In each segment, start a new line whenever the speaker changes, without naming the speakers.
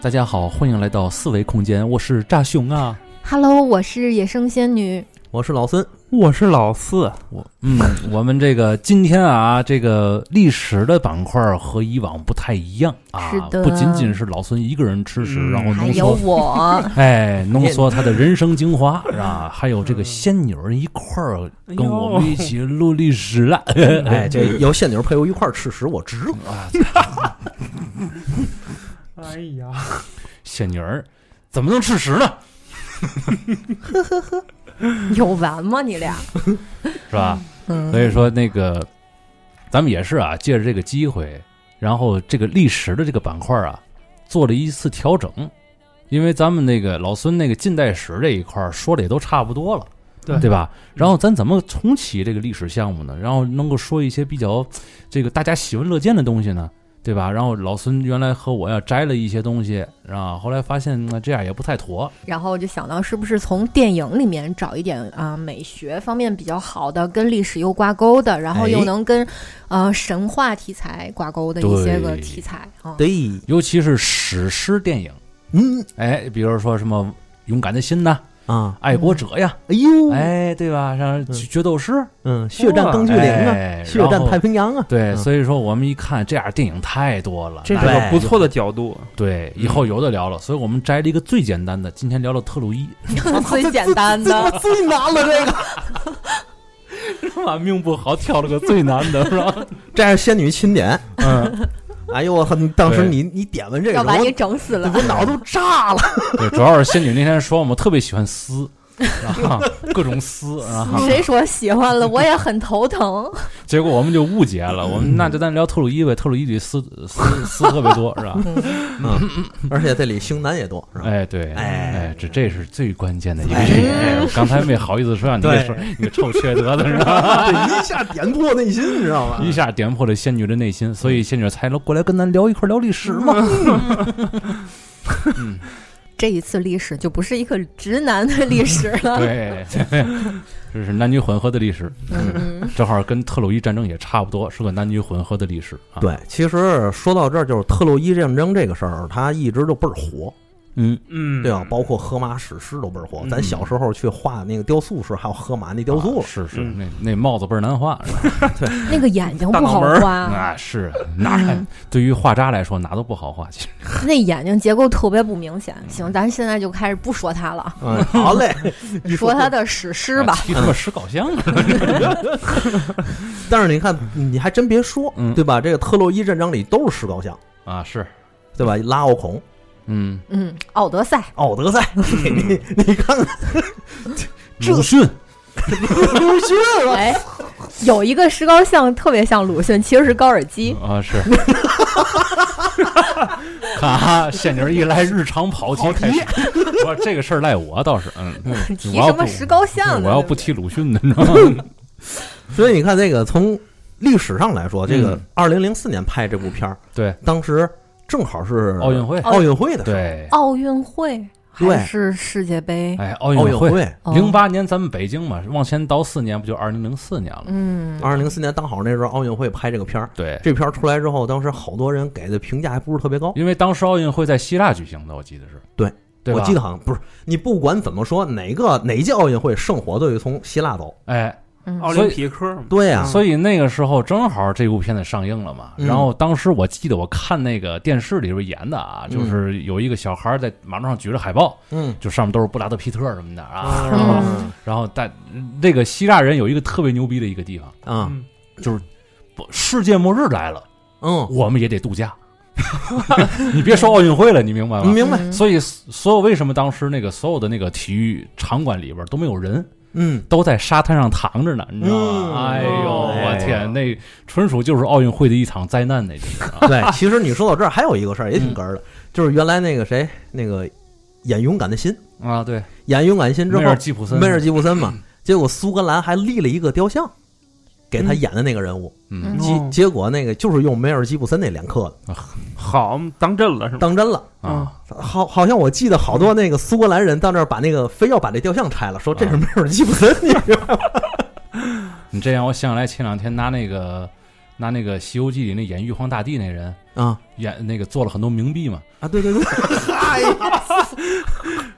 大家好，欢迎来到四维空间，我是炸熊啊，
Hello，我是野生仙女。
我是老孙，
我是老四，
我嗯， 我们这个今天啊，这个历史的板块儿和以往不太一样啊，
是的
不仅仅是老孙一个人吃屎，
嗯
哦
然后
还
浓
有
缩，
我，
哎，浓缩他的人生精华是吧？还有这个仙女儿一块儿跟我们一起录历史了，
哎，这由现女配我一块儿吃屎，我啊值。
哎呀，
仙女儿怎么能吃屎呢？
有完吗？你俩？
是吧？
嗯
所以说那个，咱们也是啊，借着这个机会，然后这个历史的这个板块啊，做了一次调整，因为咱们那个老孙那个近代史这一块儿说的也都差不多了，
对
对吧？然后咱怎么重启这个历史项目呢？然后能够说一些比较这个大家喜闻乐见的东西呢？对吧？然后老孙原来和我呀摘了一些东西，啊，后来发现那这样也不太妥，
然后我就想到，是不是从电影里面找一点啊、美学方面比较好的，跟历史又挂钩的，然后又
哎
能跟、呃神话题材挂钩的一些个
对
题材啊、
对，
尤其是史诗电影，
嗯
哎，比如说什么《勇敢的心》呐，
啊
《爱国者》呀，
哎呦，
哎，嗯对吧？像决决斗师，
嗯，血战钢锯岭啊，
哎
血战太。
然后
平洋啊，哎
对，
嗯
所以说我们一看这样电影太多了，
这是
那
个不错的角度，
对，以后有的聊了。所以我们摘了一个最简单的，今天聊聊特 洛伊，
最简单
这他
的
妈最难 了，这个
妈命不好，挑了个最难的，是吧？
这是仙女钦点。
嗯，
哎呦，我很当时
对
你你点完这个，
要把你
我
整死了。
我脑都炸了。
对，主要是仙女那天说我们特别喜欢撕，啊，各种撕，啊，
谁说喜欢了？我也很头 疼。
结果我们就误解了，我们那就单聊特洛伊呗，特洛伊里撕撕撕特别多，是吧？
嗯而且这里型男也多，是吧？
哎，对，
哎
哎，这这是最关键的一个
哎
点。哎我刚才没好意思说让你
对
给说，你个臭缺德的，是吧？
这一下点破内心，你知道吧
哎一？下点破了仙女的内心，所以仙女才能过来跟咱聊一块儿聊历史嘛。嗯，
这一次历史就不是一个直男的历史了。
对，这是男女混合的历史，
嗯，嗯
正好跟特洛伊战争也差不多，是个男女混合的历史啊。，
对，其实说到这儿，就是特洛伊战争这个事儿，它一直就倍儿火，
嗯，
嗯，
对啊吧？包括荷马史诗都倍儿火。咱
嗯
小时候去画那个雕塑时，还有荷马那雕塑
啊是是，
嗯
那那帽子倍儿难画，是吧？
那个眼睛
大
不
脑
好
门儿
哎
画。
啊，是哪儿？对于画渣来说，哪都不好画，其实。
那眼睛结构特别不明显。行，咱现在就开始不说他了，啊
嗯，好嘞，一
说他的史诗
啊
吧。
提他妈石膏像啊！
但是你看，你还真别说
嗯，
对吧？这个特洛伊战争里都是石膏像，
啊，是，
对吧？拉奥孔、
嗯，
嗯，奥德赛，
奥德赛，你你看看
鲁迅，
鲁迅了，
哎，有一个石膏像特别像鲁迅，其实是高尔基。
啊，是。 看啊，仙女儿一来，日常跑题开始。我这个事儿赖我倒是，嗯，
提
我要
什么
不
石膏像
我
呢？
要
对
不
对
提鲁迅的，你知道吗？
所以你看，这个从历史上来说，这个
嗯
二零零四年拍这部片儿，
对，
当时正好是
奥运会，
奥运会的时 候
对，
奥运会
对
还是世界杯？
哎，奥
奥运
会，
会。
哦
零八年咱们北京嘛，往前倒四年，不就二零零四年了？
嗯，
二零零四年刚好那时候奥运会拍这个片儿，
对，
这片儿出来之后，当时好多人给的评价还不是特别高。
因为当时奥运会在希腊举行的，我记得是，
对，
对吧？
我记得，好像不是你不管怎么说，哪个哪一届奥运会圣火都得从希腊走。
哎，
嗯
奥林匹克嘛，
对呀、
嗯
所以那个时候正好这部片子上映了嘛，
嗯
然后当时我记得我看那个电视里边演的啊，就是有一个小孩在马路上举着海报，
嗯
就上面都是布拉德皮特什么的啊，然后
嗯
然后但那个希腊人有一个特别牛逼的一个地方，
啊
嗯
就是不世界末日来了，
嗯，
我们也得度 假，你别说奥运会了，你明白吗？
明白，
嗯
所以，所有为什么当时那个所有的那个体育场馆里边都没有人，
嗯，
都在沙滩上躺着呢，你知道吗？
嗯
哎呦，我
哎
天，那纯属就是奥运会的一场灾难，那就是啊
对。 其实你说到这儿，还有一个事儿也挺哏儿的，就是原来那个谁，那个演《勇敢的心》，
啊，对，
演《勇敢的心》之
梅尔
后，
吉普森，
梅尔吉布森嘛，结果苏格兰还立了一个雕像。给他
嗯
演的那个人物，
嗯，
嗯
结、
哦
结果那个就是用梅尔吉布森那脸刻的，
好当真了是吗？
当真了。
啊，
好，好像我记得好多那个苏格兰人到那儿把那个非要把这雕像拆了，说这是梅尔吉布森，你知道吗
你这让我想起来前两天拿那个拿那个《西游记》里那演玉皇大帝那人
啊
演那个做了很多冥币嘛，
啊，对对对，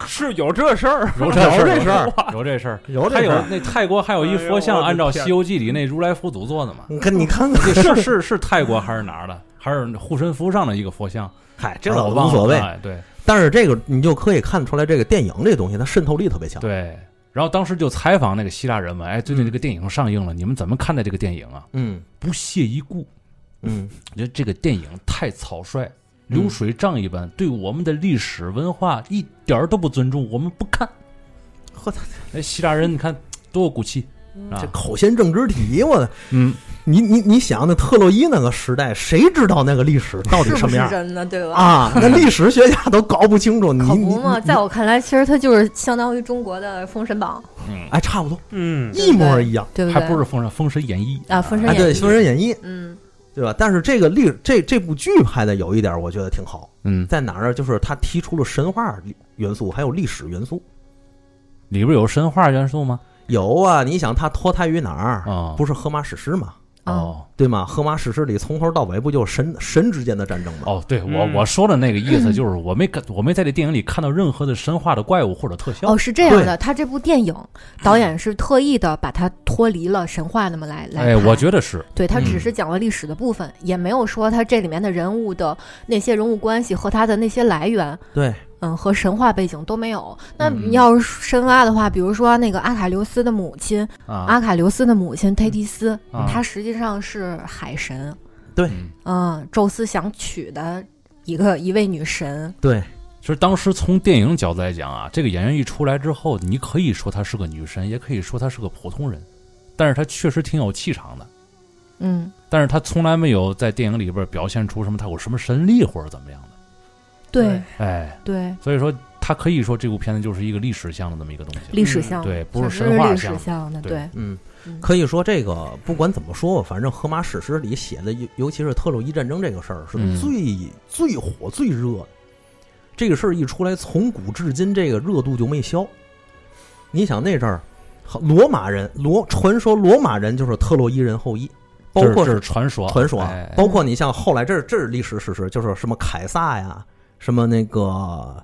是有这事儿，
有
这事儿有这事儿
有这事儿。
有啊
还
哦这事哎
有
儿。
那泰国还有一佛像，按照《西游记》里那如来佛祖做的嘛？
你看，你看看，
是是是泰国还是哪儿的？还是护身符上的一个佛像？
嗨，这
我
倒
忘了
无所谓。啊
哎对
但是这个你就可以看出来，这个电影这东西它渗透力特别强。
对。然后当时就采访那个希腊人们，哎，最近这个电影上映了，你们怎么看待这个电影啊？
嗯
不屑一顾，
嗯，
我觉得这个电影太草率，流水账一般，对我们的历史文化一点儿都不尊重，我们不看。
呵，
那希腊人你看多有骨气
嗯
啊
这！口嫌正直体，我的，
嗯，
你你你想，那特洛伊那个时代，谁知道那个历史到底
是不
什么
是
样
真的，对吧？
啊？那历史学家都搞不清楚，你
可
你
不嘛，
你
在我看来，其实它就是相当于中国的《封神榜
哎，差不多
嗯，
对
一
不对
模一样。》，
对不对？
还不是《封神》《封神演义》
啊封神
哎，对，
演
《
义
封神演义》
嗯，
对吧？但是这个历这这部剧拍的有一点，我觉得挺好，
嗯，
在哪儿呢？啊就是它提出了神话元素，还有历史元素。
里边有神话元素吗？
有啊，你想它脱胎于哪儿？
啊
不是荷马史诗吗？
哦
对吗？荷马史诗里从头到尾不就是神神之间的战争吗？
哦，对我
嗯
我说的那个意思就是我没看我没在这电影里看到任何的神话的怪物或者特效
哦，。是这样的，他这部电影
嗯
导演是特意的把它脱离了神话那么来来
哎，我
拍
觉得是
对他只
嗯
是讲了历史的部分，也没有说他这里面的人物的那些人物关系和他的那些来源，
对，
嗯，和神话背景都没有。那
嗯
你要是深挖的话，比如说那个阿卡琉斯的母亲，
啊
阿卡琉斯的母亲忒提斯，
啊
她实际上是海神，
对
嗯
嗯，宙斯想娶的一个一位女神，
对，
其实当时从电影角度来讲啊，这个演员一出来之后，你可以说她是个女神，也可以说她是个普通人，但是她确实挺有气场的。
嗯，
但是她从来没有在电影里边表现出什么她有什么神力或者怎么样的。
对
哎，
对，
所以说她可以说这部片子就是一个历史向的这么一个东西。
历史
嗯
像，
对，不是
确实
神话
历史
像。
像的，
对
对，
嗯
嗯，
可以说这个不管怎么说吧，反正荷马史诗里写的，尤尤其是特洛伊战争这个事儿，是
嗯
最、最火最热的。这个事儿一出来，从古至今这个热度就没消。你想那阵儿，好罗马人罗传说罗马人就是特洛伊人后裔，包
这是
括
这
是
是传说，
传说啊
哎，
包括你像后来这是这是历史事实，就是什么凯撒呀，什么那个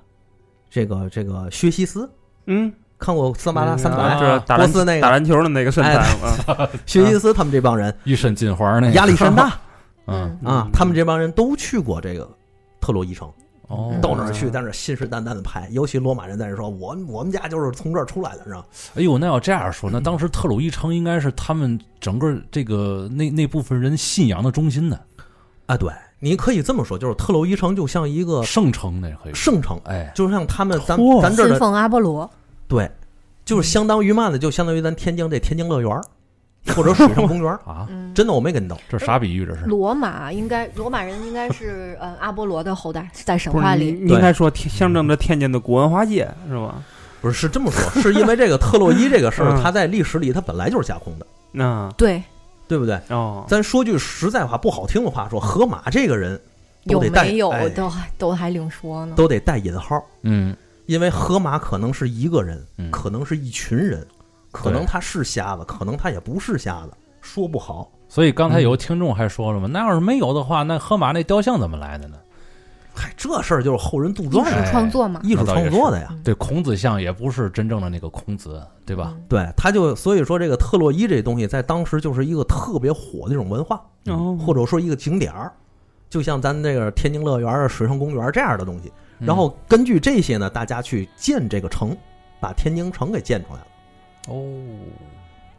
这个这个薛西斯，
嗯，
看过桑巴拉三百
啊
莱
这打
波
篮
斯那
打
个
篮球的那个身材 啊，
薛西斯他们这帮人，
一身金环那个
亚历山大
嗯，
啊，他们这帮人都去过这个特洛伊城，
哦，
到那儿去，在那儿信誓旦旦的拍，尤其罗马人在那说，我我们家就是从这儿出来的，是吧？
哎呦，那要这样说，
嗯
那当时特鲁伊城应该是他们整个这个那那部分人信仰的中心呢，
啊，对，你可以这么说，就是特洛伊城就像一个
圣城那可以说，
呃圣城，
哎，
就像他们咱
嚯。
咱这儿
信
的
奉阿波罗，
对，就是相当于嘛呢？就相当于咱天津这天津乐园儿，或者水上公园儿
啊，
嗯，
真的，我没跟你斗。
这啥比喻这是？
罗马应该罗马人应该是呃阿波罗的后代，是在神
不
话
是你，
里。
你应该说天象征着天津的古文化街是吧？
不是，是这么说，是因为这个特洛伊这个事儿，
嗯
它在历史里它本来就是架空的，
那
对，
对不对？
哦，
咱说句实在话，不好听的话说，河马这个人都
有
得带
没有
哎
都还都还另说呢。
都得带引号，
嗯
因为河马可能是一个人，
嗯，
可能是一群人，可
对
能他是瞎子，可能他也不是瞎子，说不好。
所以刚
嗯
才有听众还说了嘛，那要是没有的话，那河马那雕像怎么来的呢？
嗨，这事儿就是后人杜
艺
撰
术
的，
哎
创作嘛，
艺术创作的呀。
对，孔子像也不是真正的那个孔子，对吧？
嗯？
对，他就所以说这个特洛伊这东西在当时就是一个特别火的一种文化，
嗯
哦
或者说一个景点儿，就像咱这个天津乐园啊、水上公园这样的东西。
嗯
然后根据这些呢，大家去建这个城，把天津城给建出来了。
哦，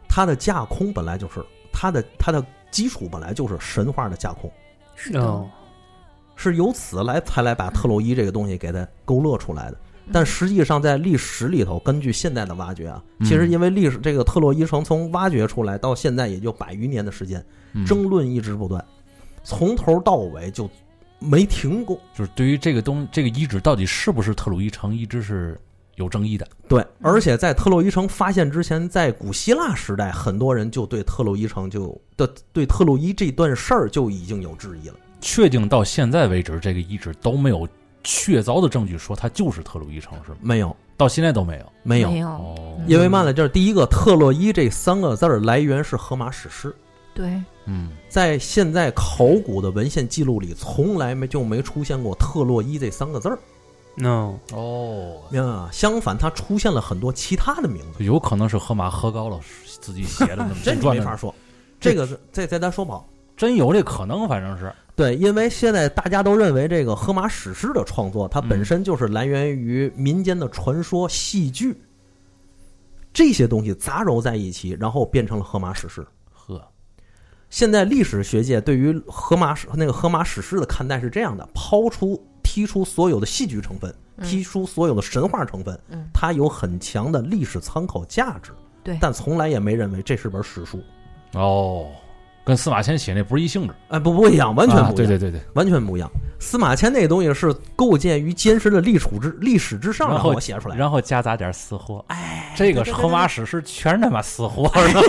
它的架空本来就是它的它的基础本来就是神话的架空，
是的
哦，，
是由此来才来把特洛伊这个东西给它勾勒出来的。但
嗯
实际上，在历史里头，根据现代的挖掘啊，
嗯
其实因为历史这个特洛伊城从挖掘出来到现在也就百余年的时间，
嗯
争论一直不断，从头到尾就没停过。
就是对于这个东这个遗址到底是不是特鲁伊城，一直是有争议的。
对，而且在特洛伊城发现之前，在古希腊时代，很多人就对特洛伊城就的对特洛伊这段事儿就已经有质疑了。
确定到现在为止，这个遗址都没有确凿的证据说它就是特鲁伊城，是吗？
没有，
到现在都没有。
没有，
没有，
哦，
嗯
因为嘛呢？就是第一个“特洛伊”这三个字儿来源是荷马史诗，
对，
嗯
在现在考古的文献记录里，从来没就没出现过“特洛伊”这三个字儿，
no，
哦，
明白吗？相反，它出现了很多其他的名字，
有可能是河马喝高了自己写的，那 么
这
自
你
传
没
的
法说。这个是这这咱说不好。
真有这可能，反正是
对，因为现在大家都认为这个荷马史诗的创作，它本身就是来源于民间的传说、戏剧这些东西杂糅在一起，然后变成了荷马史诗。
呵，
现在历史学界对于荷马史那个荷马史诗的看待是这样的：抛出、剔出所有的戏剧成分，
嗯
剔出所有的神话成分，
嗯
它有很强的历史参考价值。
对
但从来也没认为这是本史书。
哦，跟司马迁写那不是一性质，
哎，不不一样，完全
啊
不一
对
样，
对对对，
完全不一样。司马迁那个东西是构建于坚实的历史之历史之上，
然
然
后
后我写出来的。
然后夹杂点私货，哎，这个河马史诗全是他妈私货， 是吧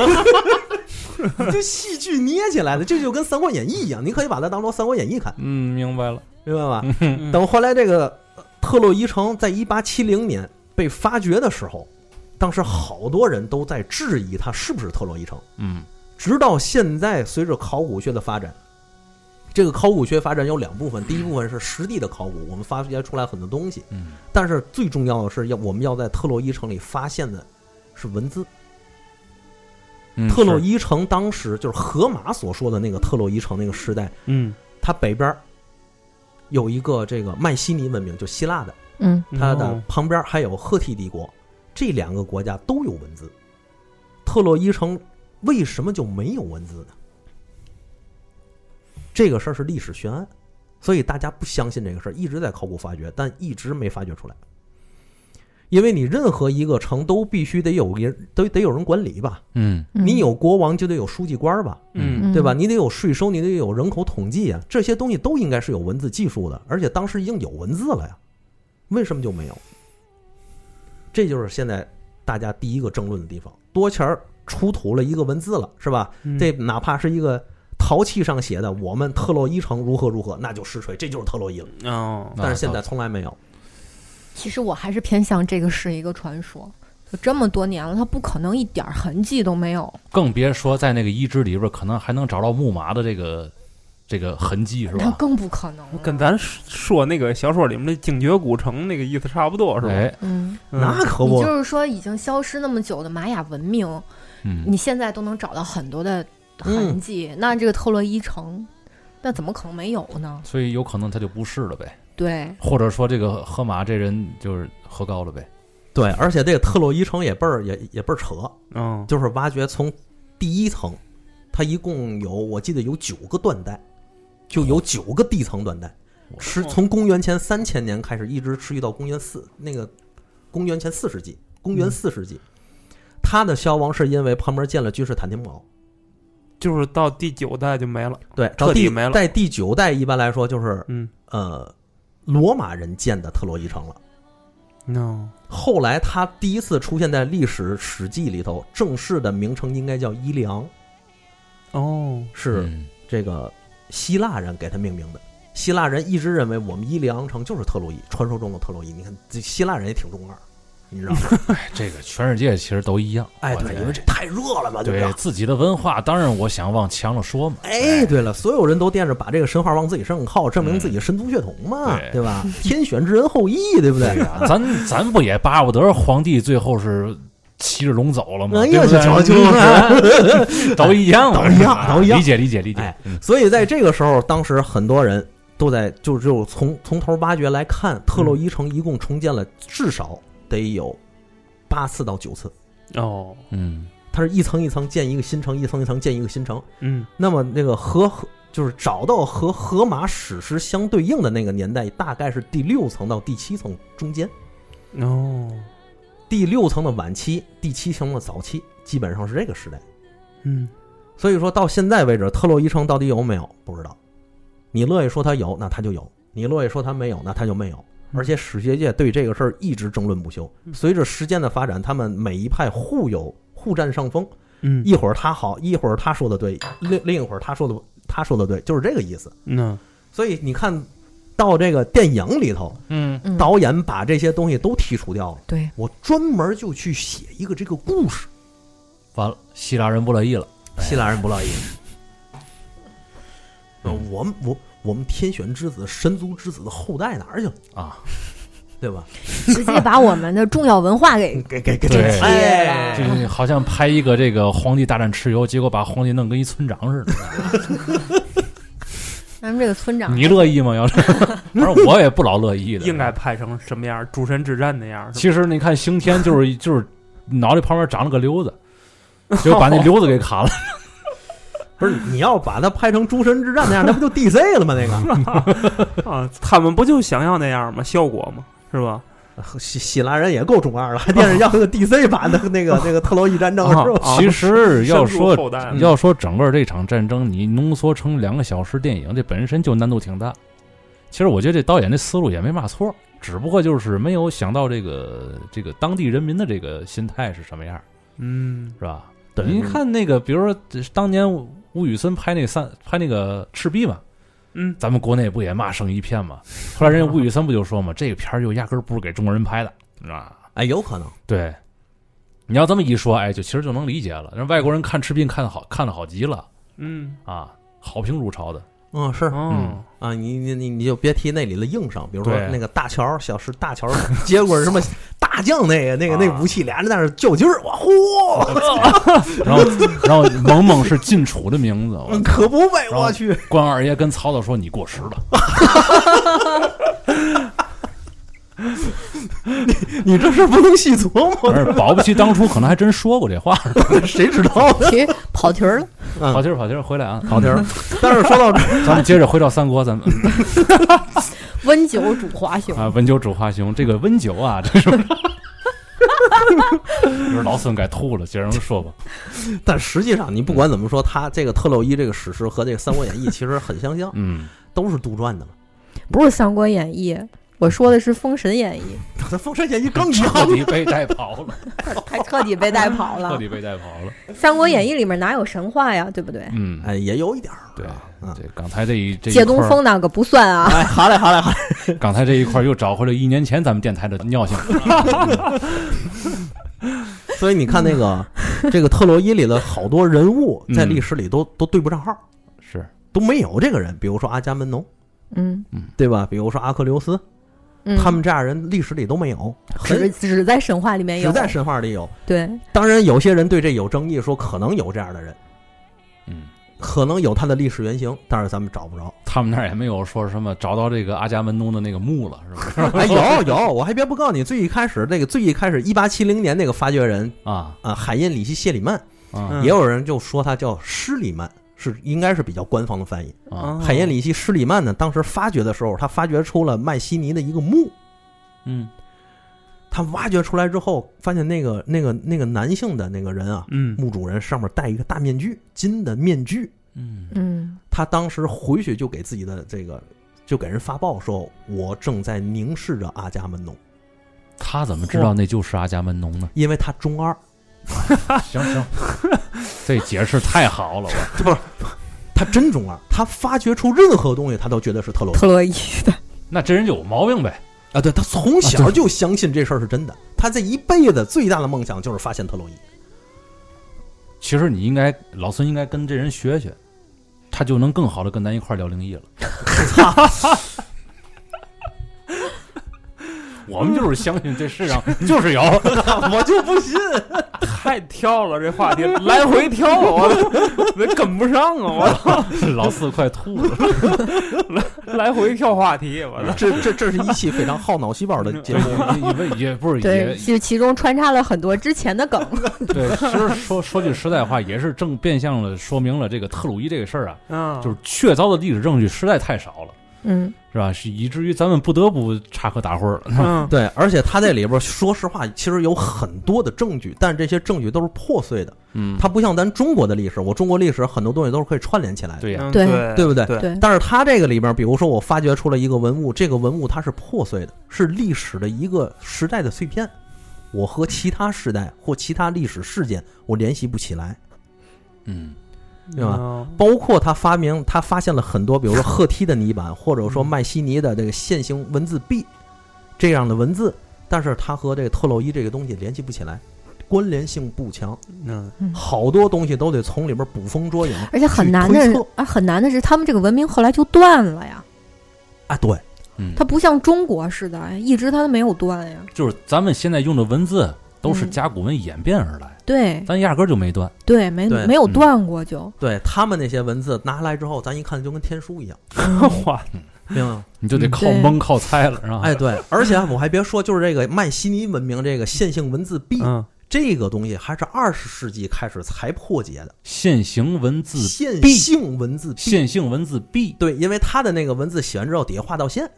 就戏剧捏起来的，这就跟《三国演义》一样，你可以把它当做《三国演义》看，
嗯，明白了，
明白吧？
嗯
等后来这个呃特洛伊城在一八七零年被发掘的时候，当时好多人都在质疑它是不是特洛伊城，
嗯
直到现在，随着考古学的发展。这个考古学发展有两部分，第一部分是实地的考古，我们发掘出来很多东西，
嗯，
但是最重要的是要我们要在特洛伊城里发现的是文字，
嗯
特洛
是
伊城当时就是荷马所说的那个特洛伊城那个时代，
嗯，
它北边儿有一个这个迈锡尼文明，就希腊的，
嗯
它的
哦
旁边还有赫梯帝国，这两个国家都有文字。特洛伊城为什么就没有文字呢？这个事儿是历史悬案，所以大家不相信这个事儿，一直在考古发掘，但一直没发掘出来。因为你任何一个城都必须得有人，都得有人管理吧？
嗯
嗯
你有国王就得有书记官吧？
嗯
对吧？？你得有税收，你得有人口统计啊，这些东西都应该是有文字技术的，而且当时已经有文字了呀，为什么就没有？这就是现在大家第一个争论的地方。多钱儿出土了一个文字了，是吧？
嗯
这哪怕是一个陶器上写的“我们特洛伊城如何如何”，那就实锤，这就是特洛伊了。
哦，
那
但是现
倒
在从来没有。
其实我还是偏向这个是一个传说，就这么多年了，它不可能一点儿痕迹都没有，
更别说在那个遗址里边，可能还能找到木马的这个这个痕迹，是
它
吧？
更不可能了。
跟咱说那个小说里面的精绝古城那个意思差不多是吧？
哎，
嗯，
嗯
那可
你
不，
就是说已经消失那么久的玛雅文明，
嗯，
你现在都能找到很多的痕迹，那这个特洛伊城，那怎么可能没有呢？
所以有可能他就不是了呗，
对，
或者说这个河马这人就是喝高了呗，
对，而且这个特洛伊城也倍儿也也倍儿扯，
嗯，
就是挖掘从第一层，它一共有我记得有九个断代，就有九个地层断代，
哇
持从公元前三千年开始，一直持续到公元四那个公元前四世纪，公元
嗯
四世纪，它的消亡是因为旁边建了君士坦丁
哦
堡。
就是到第九代就没了。
对，到
彻底
第
没了
在第九代一般来说就是
嗯
呃罗马人建的特洛伊城了。
，no，
后来，它第一次出现在历史史记里头，正式的名称应该叫伊良，
哦，
是
嗯
这个希腊人给它命名的。希腊人一直认为我们伊利昂城就是特洛伊，传说中的特洛伊。你看，这希腊人也挺中二，你知道吗？
哎这个全世界其实都一样，
哎，
我觉
对，
得
因为这太热了吧，不
对
对？
自己的文化，当然我想往强了说嘛，
哎，对了，所有人都惦着把这个神话往自己身上靠，证明自己神族血统嘛，
嗯啊
对吧？天选之人后裔，对不对？啊
呀，咱咱不也巴不得皇帝最后是骑着龙走了吗？
哎
对
呀
不对
瞧瞧
就是 都一样嘛，
啊都一样都一样
理解理解理解
哎，
嗯
所以在这个时候，当时很多人都在就就从从头挖掘来看，特洛伊城一共重建了至少得有八次到九次，
哦，
嗯，
它是一层一层建一个新城，一层一层建一个新城。
嗯，
那么那个和就是找到和荷马史诗相对应的那个年代，大概是第六层到第七层中间，
哦，
第六层的晚期，第七层的早期，基本上是这个时代。
嗯，
所以说到现在为止，特洛伊城到底有没有不知道。你乐意说它有，那它就有；你乐意说它没有，那它就没有。而且史学界对这个事儿一直争论不休。
嗯
随着时间的发展，他们每一派互有互占上风，
嗯，
一会儿他好，一会儿他说的对，另另一会儿他说的他说的对，就是这个意思。
那
所以你看到这个电影里头，
嗯，
嗯，
导演把这些东西都剔除掉了。
对，
我专门就去写一个这个故事，
完了，希腊人不乐意了，
希腊人不乐意，呃我们我我们天选之子、神族之子的后代哪儿去了？
啊，
对吧？
直接把我们的重要文化给
给给给
对
这
就
哎，
是好像拍一个这个皇帝大战蚩尤，结果把皇帝弄跟一村长似的。
咱们这个村长
你乐意吗？要是，反正我也不老乐意的。
应该拍成什么样？诸神之战那样，
其实你看，刑天就是一就是脑袋旁边长了个瘤 子，结果把那瘤子给砍了。
不是你要把它拍成《诸神之战》那样，那不就 DC 了吗？那个
啊，他们不就想要那样吗？效果吗？是吧？
希希腊人也够中二了，还惦着要个 DC 版的那 个那个特洛伊战争
啊
是吧？
啊
其实要
深入
说
后代嘛
要说整个这场战争，你浓缩成两个小时电影，这本身就难度挺大。其实我觉得这导演这思路也没嘛错，只不过就是没有想到这个这个当地人民的这个心态是什么样，
嗯，
是吧？
对
你看那个，比如说当年吴宇森拍那个三拍那个赤壁嘛，
嗯，
咱们国内不也骂声一片嘛？后来人家吴宇森不就说嘛， 这个片儿就压根儿不是给中国人拍的，你知道吧？
哎，有可能。
对，你要这么一说，哎，就其实就能理解了。人外国人看《赤壁》看的好，看的好极了
嗯，
啊，好评如潮的。
嗯，是
哦，
啊，你你你你就别提那里的硬伤，比如说
对
那个大乔小石大乔接过 什么大将那个那个那
啊
武器，俩人在那儿较劲儿，哇呼，
然后，然后蒙蒙是晋楚的名字， 我
可不呗，
然后
我去，
关二爷跟曹操说你过时了，
你这事儿不能细琢 磨，
而保不齐当初可能还真说过这话。
谁知道呢？
其实跑题儿了，
跑题儿，跑题儿，回来啊，嗯
好听儿。 但是说到这儿，
咱们接着回到三国，咱们
温酒煮华雄，
啊，温酒煮华雄，这个温酒啊，这是。 就是老孙该吐了，接着说吧。
但实际上你不管怎么说，他这个特洛伊这个史诗和这个《三国演义》其实很相像，
嗯，
都是杜撰 的嘛。
不是《三国演义》，我说的是《封神演义
咱《封神演义》更
彻底被带跑了，》，
还彻底被带跑
彻
了。
底被带跑了。
《三国演义》里面哪有神话呀？对不对？
嗯， 啊
哎，也有一点儿。
对
嗯
对，刚才这一这一
借东
块儿，
风那个不算啊。
哎，好嘞，好嘞，好嘞。
刚才这一块儿又找回了一年前咱们电台的尿 性。
所以你看那个这个特洛伊里的好多人物，在
嗯
历史里都都对不上号，
是，
都没有这个人。比如说阿伽门农，
嗯
对吧？比如说阿克琉斯，
嗯，
他们这样人历史里都没有，
只
很
只在神话里面有
只，在神话里有。
对，
当然，有些人对这有争议，说可能有这样的人，
嗯，
可能有他的历史原型，但是咱们找不着。
他们那儿也没有说什么找到这个阿伽门农的那个墓了，是 吧？
哎，有有，我还别不告诉你，最一开始那个最一开始一八七零年那个发掘人
啊
啊，海因里希谢里曼，
啊
嗯
也有人就说他叫施里曼。是应该是比较官方的翻译。
啊，
海因里希·施里曼呢，当时发掘的时候，他发掘出了迈锡尼的一个墓，
嗯
他挖掘出来之后，发现那个那个那个男性的那个人啊，
嗯，
墓主人上面戴一个大面具，金的面具。
嗯
嗯
他当时回去就给自己的这个，就给人发报说，我正在凝视着阿伽门农，
他怎么知道那就是阿伽门农呢？
因为他中二，
行行， 这解释太好了，我
他真中二，他发掘出任何东西，他都觉得是特洛伊
特洛伊的，
那这人就有毛病呗。
啊！对他从小就相信这事儿是真的，他这一辈子最大的梦想就是发现特洛伊。
其实你应该，老孙应该跟这人学学，他就能更好的跟咱一块儿聊灵异了。 我们就是相信这世上 就是有，
我就不 信，
太跳了，这话题来回跳，我我跟不上啊，
老四快吐了。
我来回跳话题，我操，
嗯这这这是一期非常耗脑细胞的 节目。
也也也不是
对，
也
其其中穿插了很多之前的梗，
对，其实说说句实在话，也是正变相的说明了这个特鲁伊这个事儿啊，
嗯，
就是确凿的历史证据实在太少了，
嗯，
是吧？是以至于咱们不得不插科打诨儿了。
嗯，
对，而且他在里边，说实话，其实有很多的证据，但是这些证据都是破碎的，
嗯，
它不像咱中国的历史，我中国历史很多东西都是可以串联起来的。
对呀、
嗯
对
对不对
对，
对，
但是它这个里边，比如说我发掘出了一个文物，这个文物它是破碎的，是历史的一个时代的碎片，我和其他时代或其他历史事件我联系不起来。
嗯，
对吧
嗯？
包括他发明，他发现了很多，比如说赫梯的泥板，或者说迈锡尼的这个线形文字壁这样的文字，但是它和这个特洛伊这个东西联系不起来。关联性不强，
嗯，
好多东西都得从里边捕风捉影
而且很难的
去推
是
测，
啊，很难的是，他们这个文明后来就断了呀。
啊。对，
嗯，
它不像中国似的，一直它都没有断呀。
就是咱们现在用的文字都是
嗯
甲骨文演变而来，
对
咱压根儿就没断。
对，没
对
没有
嗯
断过就。
对他们那些文字拿来之后，咱一看就跟天书一样，
哇，
明白吗？
你就得靠
对
蒙靠猜了，是吧？
嗯哎，，对，而且我还别说，就是这个迈锡尼文明这个线性文字币、
嗯，
这个东西，还是二十世纪开始才破解的
线形文字
线
币
性文字币。
线性文字 B，
对，因为它的那个文字写完之后底下画道线，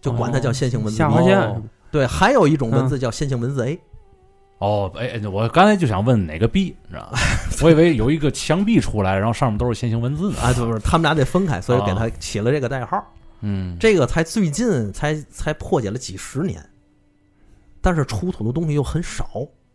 就管它叫线性文字
哦下
币。
划线嗯
哦
对，还有一种文字叫线性文字 A，、
哦，哎，哎我刚才就想问哪个 B，你知道吗？ 我以为有一个墙壁出来，然后上面都是线性文字呢。
啊，不是，他们俩得分开，所以给
哦
它起了这个代号。
嗯，
这个才最近才才破解了几十年，但是出土的东西又很少，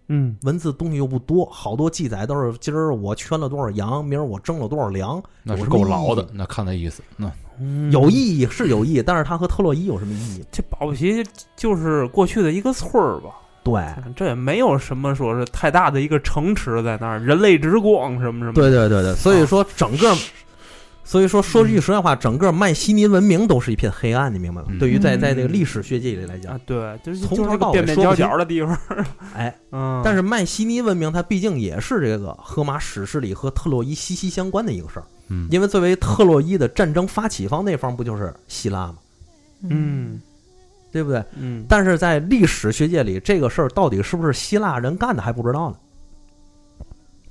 嗯，
文字东西又不多，好多记载都是今儿我圈了多少羊，明儿我蒸了多少粮，
那是
有什么
够牢
意
的
义。，
那看那意思，那
嗯
有意义是有意义，但是它和特洛伊有什么意义？
这保不齐就是过去的一个村儿吧，
对，
这也没有什么说是太大的一个城池在那儿，人类之光什么什么。啊
对对对对，所以说整个，所以说说句实在话，整个迈锡尼文明都是一片黑暗，你明白吗？
嗯
对于在
嗯
在这个历史学界里来讲
啊，，对，就是
从
就
头
是
到
个
尾
边边
说不
角
清
角的地方。
哎，
嗯，
但是迈锡尼文明它毕竟也是这个荷马史诗里和特洛伊息息相关的一个事儿，
嗯，
因为作为特洛伊的战争发起方那方不就是希腊吗？
嗯
对不对？
嗯，
但是在历史学界里，这个事儿到底是不是希腊人干的还不知道呢，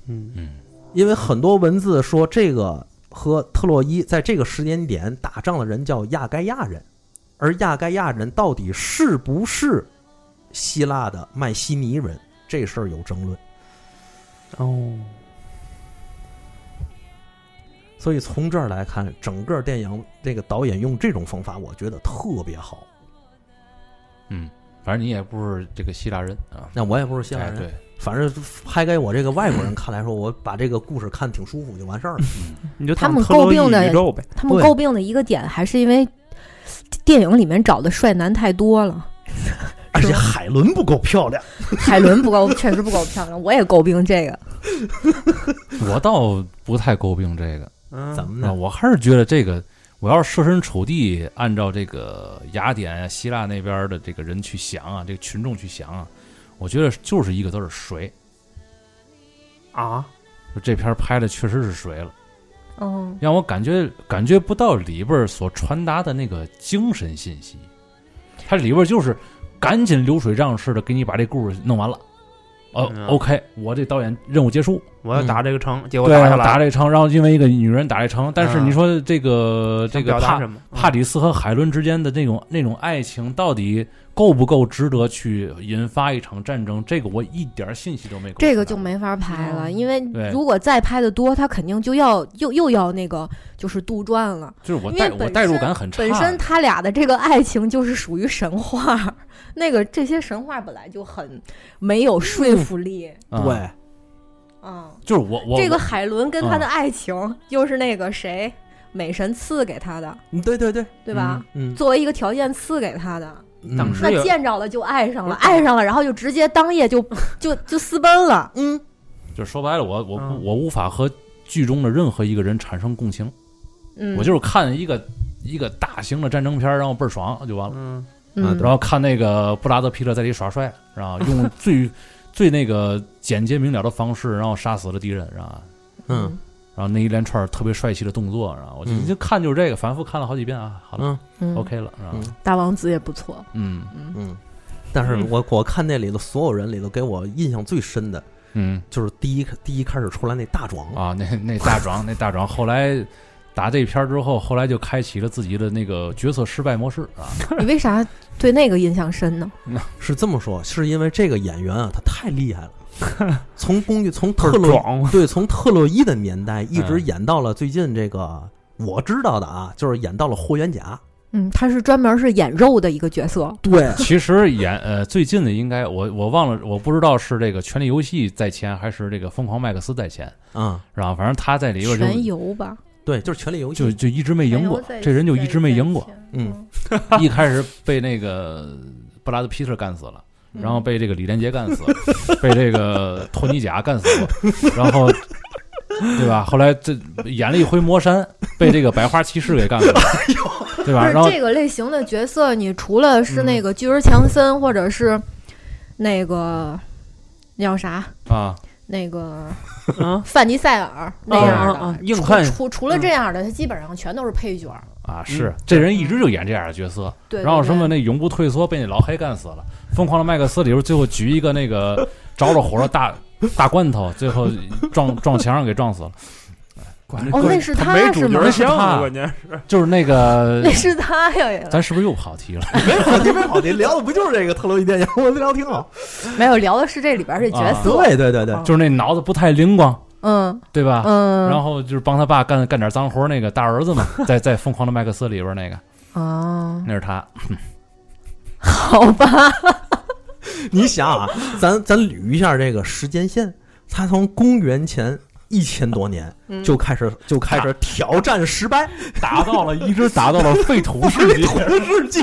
嗯
嗯
因为很多文字说这个和特洛伊在这个时间点打仗的人叫亚该亚人，而亚该亚人到底是不是希腊的迈锡尼人，这事儿有争论。
哦，
所以从这儿来看，整个电影这个导演用这种方法，我觉得特别好。
嗯，反正你也不是这个希腊人啊，
那我也不是希腊
哎，
人，
对，
反正拍给我这个外国人看来说，我把这个故事看挺舒服就完事儿
嗯
了。
你就
他
当
们
特洛
诟病
伊
的
宇宙呗。
他们
对
诟病的一个点还是因为电影里面找的帅男太多了，
而且海伦不够漂亮，
海伦不够，确实不够漂亮。我也诟病 这个，
我倒不太诟病这个
嗯，
怎么
啊，
呢？
我还是觉得这个，我要是设身处地按照这个雅典啊、希腊那边的这个人去想啊，这个群众去想啊，我觉得就是一个字儿水，
啊？
就这片儿拍的确实是水了。
嗯
让我感觉感觉不到里边儿所传达的那个精神信息，它里边儿就是赶紧流水账似的给你把这故事弄完了。哦、
嗯
o k 我这导演任务结束，
我要嗯打这个城，结果
对，
下来，
打这城，然后因为一个女人打这城，但是
嗯
你说这个、这个
表达
帕
什么？
帕里斯和海伦之间的那种那种爱情，到底够不够值得去引发一场战争？这个我一点儿信息都没给我传达。
这个就没法拍
哦
了，
嗯
因为
对
如果再拍的多，他肯定就要又又要那个就是杜撰了。
就是我
因为
代
本
我代入
身
感很差。
本身他俩的这个爱情就是属于神话，那个这些神话本来就很没有说服力
嗯，
对，
啊。
就是我我
这个
我
海伦跟他的爱情又是那个谁美神赐给他的，
嗯对对对，
对吧？
嗯，
作为一个条件赐给他的，
嗯
当时
那见着了就爱上了，
嗯
爱上了，然后就直接当夜就就就私奔了。
嗯，
就是说白了，我我不、
嗯
我无法和剧中的任何一个人产生共情，
嗯，
我就是看一个一个大型的战争片儿，然后倍儿爽就完了，
嗯，
啊
嗯，
然后看那个布拉德皮特在里耍帅，然后用最 最那个简洁明了的方式，然后杀死了敌人，然后
嗯
然后那一连串特别帅气的动作，然后我就、
嗯
就看就是这个，反复看了好几遍啊，好了、
嗯
o k 了，然后
嗯
大王子也不错，
嗯
嗯，
嗯，但是我我看那里头所有人里头，给我印象最深的
嗯
就是第一第一开始出来那大壮，
啊，那那大壮那大壮后来。打这片儿之后，后来就开启了自己的那个角色失败模式啊，
你为啥对那个印象深呢？
是这么说，是因为这个演员啊，他太厉害了， 从工具从特
特
洛
壮，
对从特洛伊的年代一直
嗯
演到了最近这个。我知道的啊，就是演到了霍元甲，
嗯，他是专门是演肉的一个角色，
对，
其实演呃最近的应该我我忘了，我不知道是这个《权力游戏》在前还是这个《疯狂麦克斯》在前，
嗯，
然后反正他在里边
全
就
游吧，
对，就是《权力游戏
就》，就一直没赢过，这人就 一直没赢过，
嗯
一开始被那个布拉德皮特干死了，
嗯
然后被这个李连杰干死， 被这个托尼贾干死，然后对吧？后来这演了一回魔山，被这个百花骑士给干死，了，对
不
吧？
是
然后
这个类型的角色，你除了
嗯
是那个巨石强森，或者是那个那叫啥
啊，
那个
啊，
范迪塞尔那
啊
样的，
啊啊硬
除
汉
除除了
嗯
这样的，他基本上全都是配角儿。
啊，是这人一直就演这样的角色。
对，
然后
对
什么？
对
那永不退缩被那老黑干死了，疯狂的麦克斯里边最后举一个那个着着火的大大罐头，最后撞撞墙上给撞死了。
管
哦，那是
没
他
主
是吗
角？像
他
啊，关键是
就是那个
那，是哦他呀，
咱是不是又跑题了？
没跑题，没跑题，聊的不就是这个特洛伊电影？我聊得挺好。
没有聊的是这里边儿这
啊
角色。
对对对对，
就是那脑子不太灵光，
嗯
对吧？
嗯，
然后就是帮他爸干干点脏活那个大儿 子嘛，在在《疯狂的麦克斯》里边那个，
啊，
那是他。
好吧，
你想啊，咱咱捋一下这个时间线，他从公元前一千多年
嗯
就开始就开始挑战失败，
达到了，一直达到了废土世界。
世界。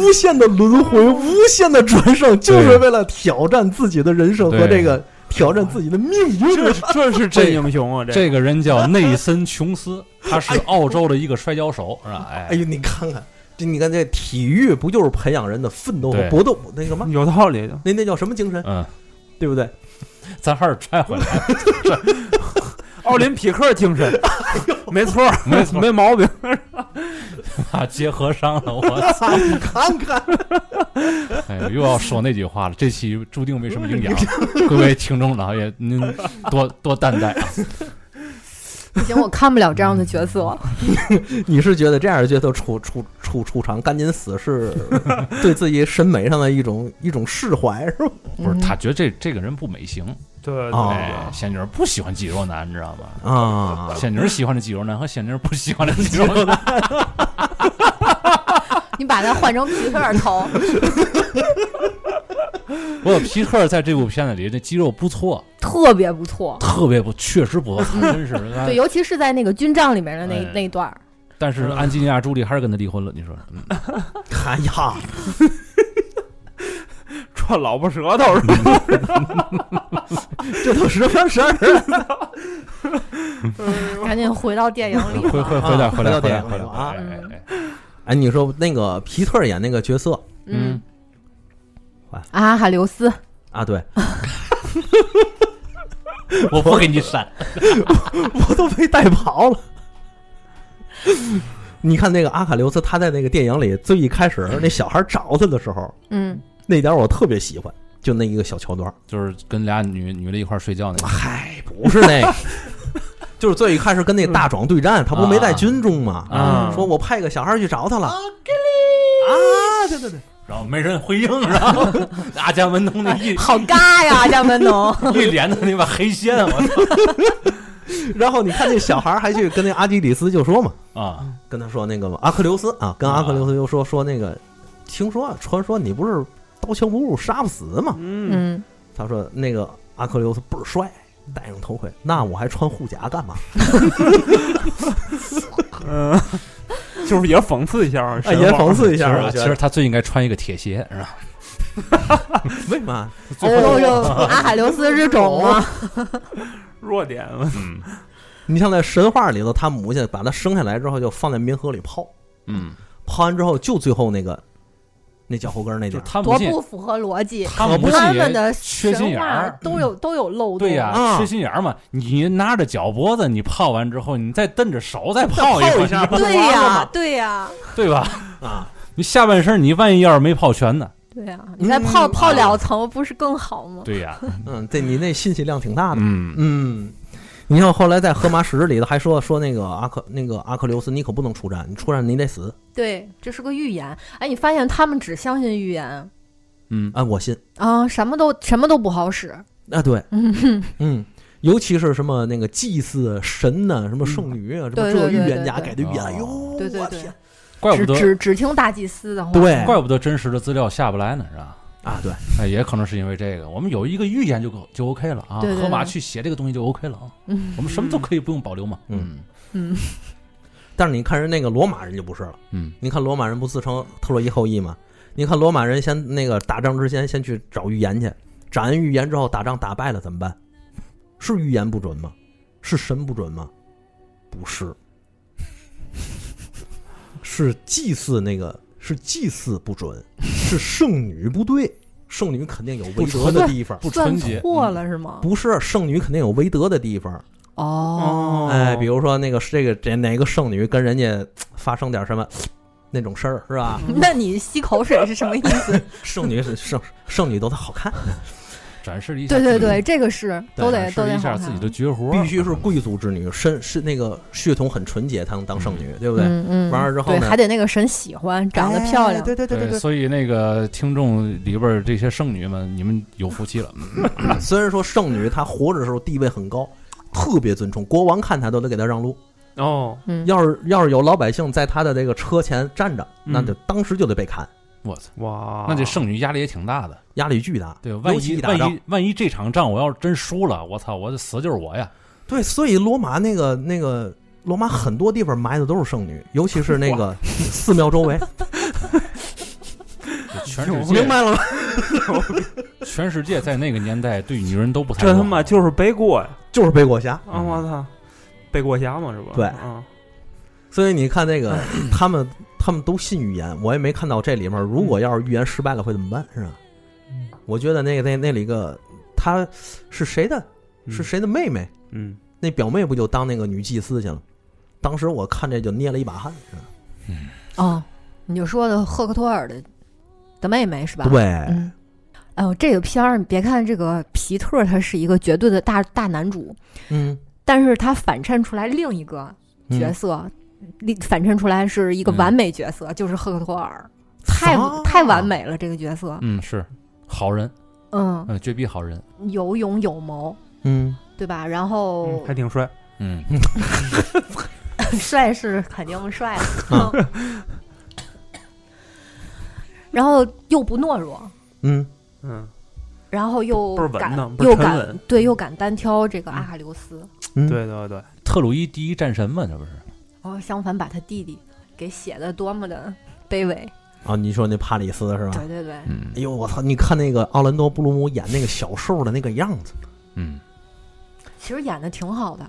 无限的轮回，无限的转生，就是为了挑战自己的人生和
对
这个挑战自己的命
这
运。
是这是真英雄啊！
这个人叫内森·琼斯，他是澳洲的一个摔跤手，是吧？
哎
哎，
呦，你看看，这你看这体育不就是培养人的奋斗和
对
搏斗那个什么？
有道理的，
那那叫什么精神？
嗯，
对不对？
咱还是拽回来，
奥林匹克精神， 没错儿，
没错
没毛病。
啊，结合上了，我操！
你看看，
哎呦，又要说那句话了，这期注定没什么营养， 各位听众老爷您多多担待啊。
不行，我看不了这样的角色。
你是觉得这样的角色出出出出场赶紧死 是对自己审美上的一种一种释怀是吧？
不是，
嗯
他觉得这这个人不美型，
对
哦
哎，仙女儿不喜欢肌肉男，你知道吗？
啊，
仙女儿喜欢的肌肉男和仙女儿不喜欢的肌肉男，
你把他换成皮特尔头，
不过皮克在这部片子里那肌肉不错，
特别不错。
特别不，确实不错，他真是。
对，尤其是在那个军帐里面的那
啊哎
那一段儿，
但是安吉丽娜·朱莉还是跟他离婚了，你说？嗯
哎 呀，
串老婆舌头是吧？
嗯这都什么事儿？
赶紧回到电影里吧。
回回回来
啊
回来回
回到电
来
影
回来
了啊
哎哎哎哎
哎，你说那个皮特演那个角色
嗯
嗯，
阿海留斯，
啊，对
嗯我不给你删。
我都被带跑了。你看那个阿卡琉斯，他在那个电影里最一开始那小孩找他的时候，
嗯，
那点儿我特别喜欢，就那一个小桥段。
就是跟俩女女的一块儿睡觉那个，
啊
嗨，不是那个， 就是最一开始跟那大壮对战，他不没在军中吗？
啊
说我派个小孩去找他了。啊，对对对，
然后没人回应，然后阿伽门农那一
好尬呀，亚门农。
一脸的那把黑线，我操
然后你看那小孩还去跟那阿基里斯就说嘛，
啊！
跟他说那个阿克琉斯啊，跟阿克琉斯就说说那个，听说啊，传说你不是刀枪不入杀不死嘛？
嗯，
嗯，
他说那个阿克琉斯倍儿帅，戴上头盔，那我还穿护甲干嘛？
嗯，就是也讽刺一下啊，
哎，也讽刺一
其实
下，
啊
我
其
觉
实
得
他最应该穿一个铁鞋，是吧？
为嘛？
哦，呦，阿海留斯是种
哦
吗？
弱点嘛。
嗯
你像在神话里头，他母亲把他生下来之后就放在冥河里泡。
嗯，
泡完之后就最后那个那脚后跟儿那
就
点
是他母
多
亲
不，符合逻辑。
他母
他
亲也
们的
缺心
神
眼
话
儿，嗯
都有都有漏洞。
对呀、
啊
缺心眼儿嘛。你拿着脚脖子，你泡完之后，你再蹬着手再泡一
泡
会
一下
儿，
对呀，对呀，
对吧？
啊，
你下半身，你万一要是没泡全呢？
对呀，
嗯
你再
啊
泡泡两层不是更好吗？
对呀、
嗯，这你那信息量挺大的，
嗯，
嗯。你像后来在《荷马史诗》里头还说说那个阿克那个阿克琉斯，你可不能出战，你出战你得死。
对，这是个预言。哎，你发现他们只相信预言
嗯，
啊，我信
啊，什么都什么都不好使。
啊，对，
嗯，
嗯，尤其是什么那个祭祀神呐、什么圣女啊，什么
对
这
对
预
对
言
对
家
对
给的预言，
哦
哎呦，
对对
我
对
天
怪不
只
得
只只听大祭司的话。
对
怪不得真实的资料下不来呢，是吧？
啊，对，
哎，也可能是因为这个，我们有一个预言就够就 OK 了啊。
对对对
河马去写这个东西就 OK 了啊，
嗯
我们什么都可以不用保留嘛。
嗯，
嗯，
但是你看人那个罗马人就不是了，
嗯
你看罗马人不自称特洛伊后裔吗？你看罗马人先那个打仗之前先去找预言去，找完预言之后打仗打败了怎么办？是预言不准吗？是神不准吗？不是， 是祭祀那个是祭祀不准，是圣女不对，圣女肯定有
不
违
纯
德的地方。
不
算
纯洁
错了是吗？
不是圣女肯定有违德的地方，
哦，
哎，比如说那个这个这哪个圣女跟人家发生点什么那种事儿是吧？
那你吸口水是什么意思？
圣女是圣圣女都得好看，
展示一下
对
自己，
对对，这个是都
展
得
示
都得
一
好
下
看
自己的绝活，
必须是贵族之女，身是那个血统很纯洁才能当圣女，对不对？
嗯嗯，
完了之后
对
呢
还得那个神喜欢，长得漂亮
哎。对对对
对
对
所以那个听众里边儿这些剩女们，你们有福气了。
对。虽然说圣女她活着的时候地位很高，特别尊崇，国王看她都得给她让路。
哦，
嗯，
要是要是有老百姓在她的这个车前站着，
嗯
那就当时就得被砍，
我操，
哇，
那这剩女压力也挺大的。
压力巨大。
对，万
尤其
一
打仗
万一万一这场仗我要是真输了，我操，我这死就是我呀！
对，所以罗马那个那个罗马很多地方埋的都是圣女，尤其是那个寺庙周围，
就全 世界
明白了吗？
全世界在那个年代对女人都不太
这他
友
妈
好
就是背锅呀！
就是背锅侠。
啊，我操，背锅侠嘛，是吧？
对
啊，
所以你看那 个他们他们都信预言，我也没看到这里面如果要是预言失败了会怎么办，是吧？我觉得那个那那里个她是谁的？
嗯
是？谁的妹妹？
嗯，
那表妹不就当那个女祭司去了？当时我看这就捏了一把汗，是吧
哦，你就说的赫克托尔的的妹妹是吧？
对，
嗯，哎呦，这个片儿，你别看这个皮特他是一个绝对的大大男主，
嗯，
但是他反衬出来另一个
嗯
角色，另反衬出来是一个完美角色，就是赫克托尔，太
啥
太完美了这个角色，
嗯，是好人，
嗯，
嗯，绝逼好人，
有勇有谋，
嗯，
对吧？然后、
嗯还挺帅。
嗯，
帅是肯定帅
啊
的，嗯然后又不懦弱，
嗯，
嗯，
然后又
倍儿稳
敢
当倍儿
又
沉
敢
稳嗯
对又敢单挑这个阿喀琉斯，
嗯，
对对对，
特鲁伊第一战神嘛，这不是？
然后哦相反把他弟弟给写的多么的卑微，
啊，你说那帕里斯是吧？
对对对，
嗯
哎呦，我操！你看那个奥兰多·布鲁姆演那个小兽的那个样子，
嗯，
其实演的挺好的，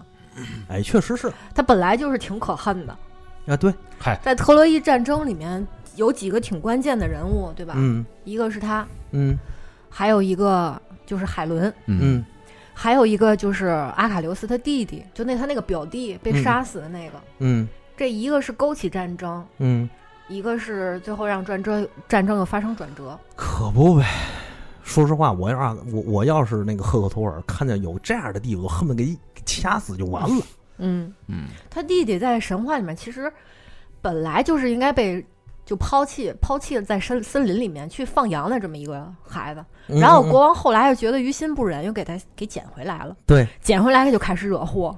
哎，确实是
他本来就是挺可恨的，
啊，对，
在特洛伊战争里面有几个挺关键的人物，对吧？
嗯
一个是他，
嗯
还有一个就是海伦，
嗯
嗯
还有一个就是阿卡琉斯他弟弟，就那他那个表弟被杀死的那个。
嗯
这一个是勾起战争，
嗯，
一个是最后让战争战争又发生转折。
可不呗。说实话，我要是我我要是那个赫克托尔，看见有这样的地方，我恨不得给给掐死就完 了。
嗯，
嗯，
他弟弟在神话里面其实本来就是应该被就抛弃，抛弃了在森森林里面去放羊的这么一个孩子。
嗯
然后国王后来又觉得于心不忍，又给他给捡回来了。
对，
捡回来他就开始惹祸，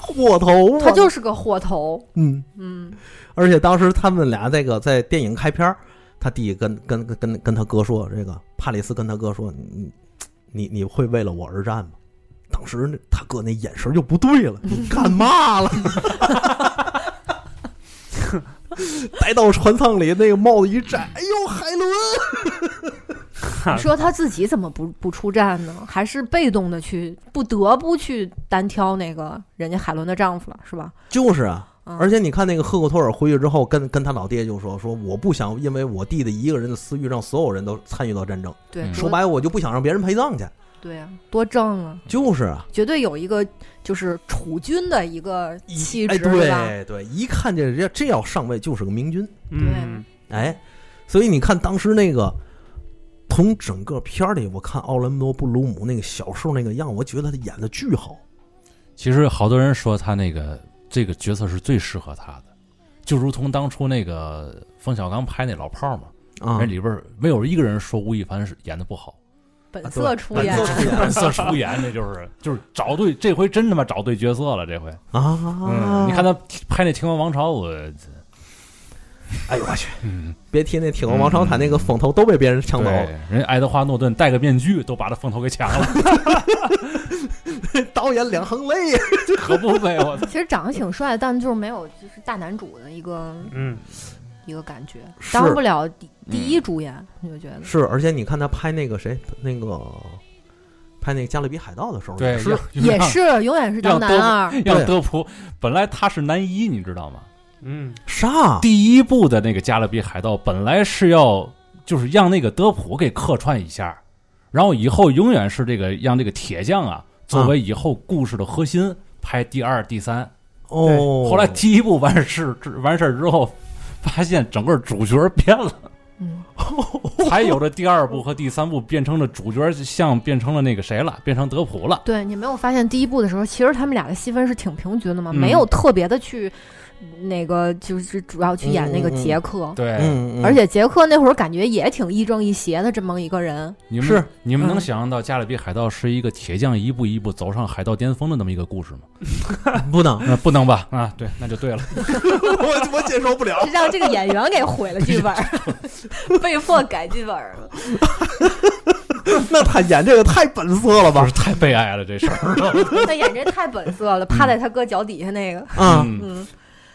祸头啊，
他就是个祸头。
嗯，
嗯，
而且当时他们俩这个在电影开篇儿，他弟跟跟跟跟跟他哥说，这个帕里斯跟他哥说，你你你会为了我而战吗？当时那他哥那眼神就不对了， 你干嘛了？待到船舱里，那个帽子一摘，哎呦，海伦！
你说他自己怎么不不出战呢？还是被动的去，不得不去单挑那个人家海伦的丈夫了，是吧？
就是啊，
嗯
而且你看那个赫克托尔回去之后，跟跟他老爹就说说，我不想因为我弟弟一个人的私欲，让所有人都参与到战争。
对，
嗯
多
说白了，我就不想让别人陪葬去。
对啊，多正啊！
就是啊，
绝对有一个就是储君的一个
一
气
哎，
质，对吧？
对对，一看这人家这要上位就是个明君，
嗯，
哎，所以你看当时那个，从整个片儿里，我看奥兰多·布鲁姆那个小时候那个样，我觉得他演的巨好。
其实好多人说他那个这个角色是最适合他的，就如同当初那个冯小刚拍那老炮儿嘛，
啊
那，里边儿没有一个人说吴亦凡是演的不好，
本色出演，啊
本色出
本色出演，那就是就是找对，这回真他妈找对角色了，这回，
哦
嗯
啊！
你看，他拍那《秦王王朝》，我
哎呦我去，
嗯，
别提那《铁王王朝》，他那个风头都被别人抢走了。
对，人家爱德华诺顿戴个面具都把他风头给抢了，
导演两行泪。
可不呗，我 操！
其实长得挺帅，但就是没有就是大男主的一个
嗯，
一个感觉，
是嗯
当不了第第一主演，你就觉得
是，而且你看他拍那个谁，那个拍那个《加勒比海盗》的时候，
对，
是
让
也是永远是当男二，
让德普本来他是男一，你知道吗？
哦
嗯，
啥？
第一部的那个《加勒比海盗》本来是要就是让那个德普给客串一下，然后以后永远是这个让这个铁匠啊
嗯
作为以后故事的核心拍第二、第三。
哦，
后来第一部完事完事儿之后，发现整个主角变 了，
嗯，
才有了第二部和第三部变成了主角像变成了那个谁了，变成德普了。
对你没有发现第一部的时候，其实他们俩的戏份是挺平均的嘛，
嗯
没有特别的去那个就是主要去演那
嗯
个杰克，
对，
嗯，嗯
哎
而且杰克那会儿感觉也挺亦正亦邪的这么一个人，
你们
是
你们能
嗯
想象到《加勒比海盗》是一个铁匠一步一步走上海盗巅峰的那么一个故事吗？
不能，
那不能吧？啊，对，那就对了。
我我接受不了。
让这个演员给毁了剧本儿， 被迫改剧本儿了。
那他演这个太本色了
不
吧
是？ 太悲哀了，这事儿。
他演这太本色了，趴在他哥脚底下那个，
啊，
嗯，
嗯，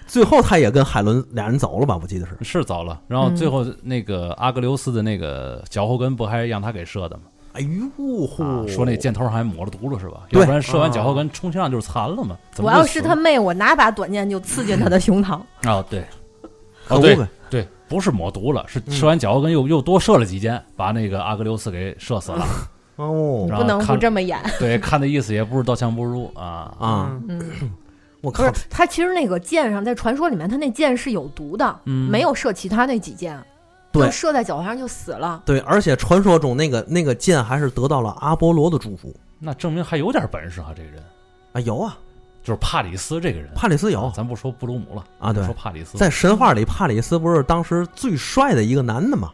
最后他也跟海伦俩人走了吧？我记得是。
是早了。然后最后那个阿格琉斯的那个脚后跟不还让他给射的吗？
哎呦
啊
呼，
说那箭头还抹了毒了是吧？
对
要不然射完脚后跟充其量就是残了嘛。怎
我
么
要
就是死
他妹，我拿把短剑就刺进他的胸膛。
了啊，对
可
哦
恶
对
呗。
对，不是抹毒了，是
嗯
射完脚后跟又又多射了几箭，把那个阿格琉斯给射死 了。
哦
然后
不能不
看
这么演。
对，看那意思也不是刀枪不入啊。
啊，
嗯
嗯，不
我靠
是，，他其实那个箭上，在传说里面，他那箭是有毒的，
嗯
没有射其他那几箭，
对
就射在脚上就死了。
对，而且传说中那个那个剑还是得到了阿波罗的祝福
那证明还有点本事啊，这个人
啊，有啊，
就是帕里斯这个人。
帕里斯有
咱不说布鲁姆了
啊对
啊说帕里斯
嗯
在神话里，帕里斯不是当时最帅的一个男的吗？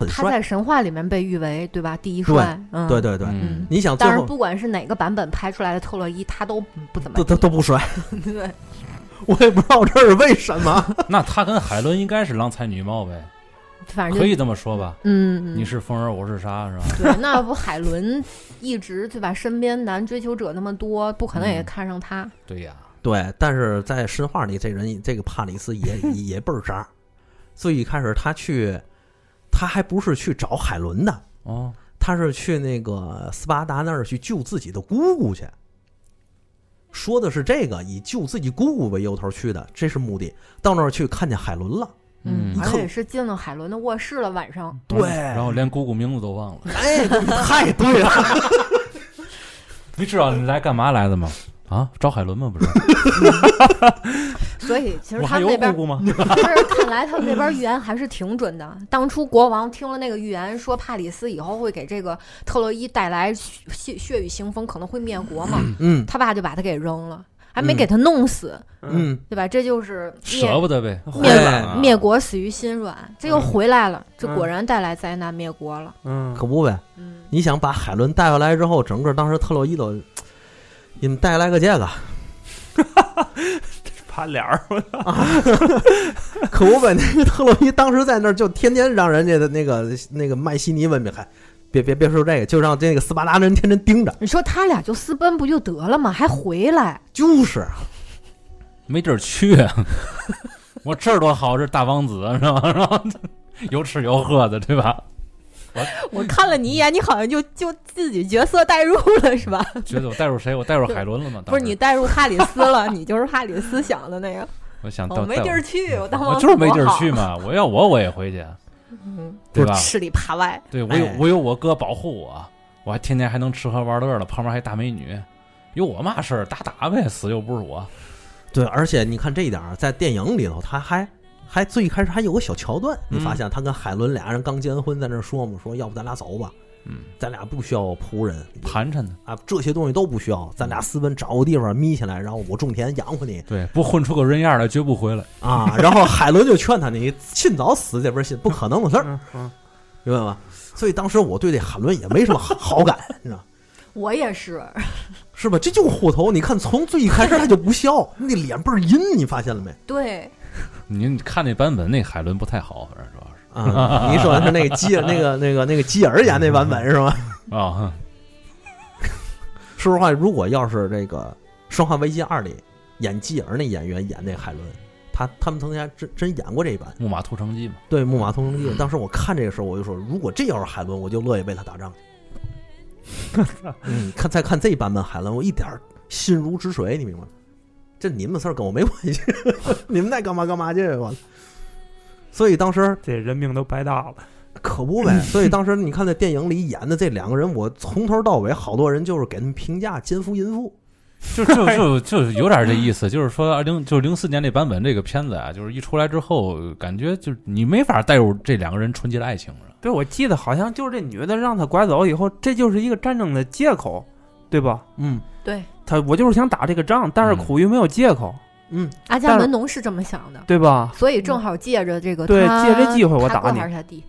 很
他
帅，
在神话里面被誉为对吧第一帅，嗯，
对。对对，
嗯
嗯，
你想最
但是
后
不管是哪个版本拍出来的特洛伊，他都不怎么
都
地。
都都不帅，
对，
我也不知道这是为什么。
那他跟海伦应该是郎才女貌呗，
反正
可
就
以这么说吧？
嗯，嗯
你是风儿，我是沙，是吧？
对，那不海伦一直对吧？身边男追求者那么多，不可能也
嗯
看上他。
对呀，
对，但是在神话里，这人这个帕里斯也也也倍儿渣。最一开始他去，他还不是去找海伦的，
哦，
他是去那个斯巴达那儿去救自己的姑姑去。说的是这个，以救自己姑姑为由头去的，这是目的。到那儿去看见海伦 了，
嗯
你
而
看
且是进了海伦的卧室了，晚上。
对
然后连姑姑名字都忘了。
哎，太对 了，
你知道你来干嘛来的吗？啊，找海伦吗？ 不是，
所以其实
嗯我
他
还
们
有
那边
姑姑吗？
但是看来他们那边预言还是挺准的。当初国王听了那个预言，说帕里斯以后会给这个特洛伊带来血血血雨腥风，可能会灭国嘛，
嗯
他爸就把他给扔了，还没给他弄死，
嗯，
对吧？这就是
舍
灭
不得呗，
灭
啊
灭国死于心软，这又回来了，这果然带来灾难灭国了。
嗯，
可不呗。
嗯，
你想把海伦带回来之后，整个当时特洛伊都，你们带来个这个，
爬脸儿，
可不呗？那个特洛伊当时在那儿就天天让人家的那个那个麦西尼文明，还别别别说这个，就让这个斯巴达人天天盯着，
你说他俩就私奔不就得了吗？还回来？
就是啊
没地儿去。啊 我这儿多好，这大王子是吧？然后有吃有喝的，对吧？
我看了你一眼，你好像就就自己角色代入了，是吧？
觉得我带入谁？我带入海伦了吗？
不是你代入哈里斯了，你就是哈里斯想的那个。
我想嗯
我
到
哦没地儿，去，我当
带我
王
我就是没
多
地儿
好嗯
去，嘛。我要我我也回去，啊对吧？
吃里扒外。
对我有
哎
我有我哥保护我，我还天天还能吃喝玩乐了，旁边还大美女，有我嘛事儿？打打呗，死又不是我。
对。而且你看这一点啊，在电影里头，他还还最一开始还有个小桥段，你发现他跟海伦俩人刚结完婚，在那儿说嘛，说要不咱俩走吧，
嗯，
咱俩不需要仆人
盘缠呢？
啊，这些东西都不需要，咱俩私奔找个地方眯起来，然后我种田养活你。
对，不混出个人样来，绝不回来。
啊，然后海伦就劝他：“你尽早死这份心，不可能的事儿，
嗯嗯
明白吗？”所以当时我对这海伦也没什么好好感，你知道
我也是，
是吧？这就是火头，你看从最一开始他就不笑，那脸倍儿阴，你发现了没？
对，
您看那版本，那海伦不太好，反正主要是
啊，你说的是那
啊
个基那个那个那个基尔演那版本是吗？
啊、哼
说实话，如果要是这个《生化危机二》里演基尔那演员演那海伦，他他们曾经还真真演过这一版。
木马屠城记嘛，
对《木马屠城记》，当时我看这个时候，我就说，如果这要是海伦，我就乐意为他打 仗去。嗯，看再看这版本海伦，我一点儿心如止水，你明白吗？这你们的事儿跟我没关系， 你们爱干嘛干嘛去完了。所以当时
这人命都白搭了。
可不呗，所以当时你看在电影里演的这两个人，我从头到尾好多人就是给他们评价奸夫淫妇，
就就就就是有点这意思，就是说二零就是零四年那版本这个片子啊，就是一出来之后，感觉就是你没法带入这两个人纯洁的爱情了。
对，我记得好像就是这女的让他拐走以后，这就是一个战争的借口，对吧？
嗯
对，
他我就是想打这个仗，但是
嗯
苦于没有借口，
嗯，
阿伽门农是这么想的，
对吧？
所以正好借着这个
对
他
借这机会我
他
打
哥
你
还是他弟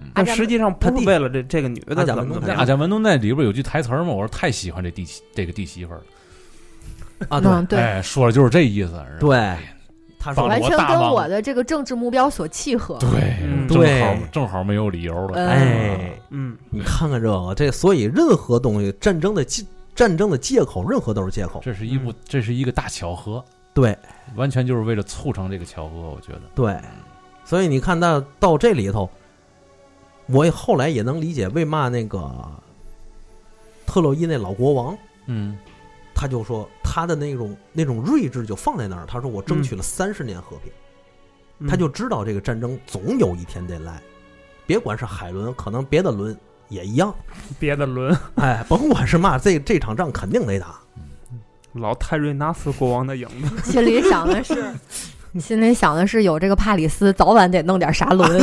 嗯，
阿
但
伽
实际上
他
不是
弟啊
为了这这个女
他
的
讲
怎
的
么怎么
对
阿
样，
贾文东那里边有句台词儿嘛，我说太喜欢这弟媳这个弟媳妇儿了，
啊
嗯对，
对
哎，说的就是这意思。是吧
对，他说
完
完
我
全
大
跟
王
我的这个政治目标所契合。
对，
嗯
正好
对
正好没有理由了。
嗯
哎，
嗯，
你看看这个这，所以任何东西战争的借战争的借口，任何都是借口，
这是一部，这是一个大巧合，
对
完全就是为了促成这个巧合。我觉得，
对，所以你看到到这里头，我也后来也能理解为嘛那个特洛伊那老国王
嗯
他就说他的那种那种睿智就放在那儿。他说我争取了三十年和平，
嗯
他就知道这个战争总有一天得来，别管是海伦，可能别的轮也一样，
别的轮
哎，甭管是嘛，这这场仗肯定得打。
老泰瑞纳斯国王的影 子，
心里想的是， 心里想的是有这个帕里斯，早晚得弄点啥 轮。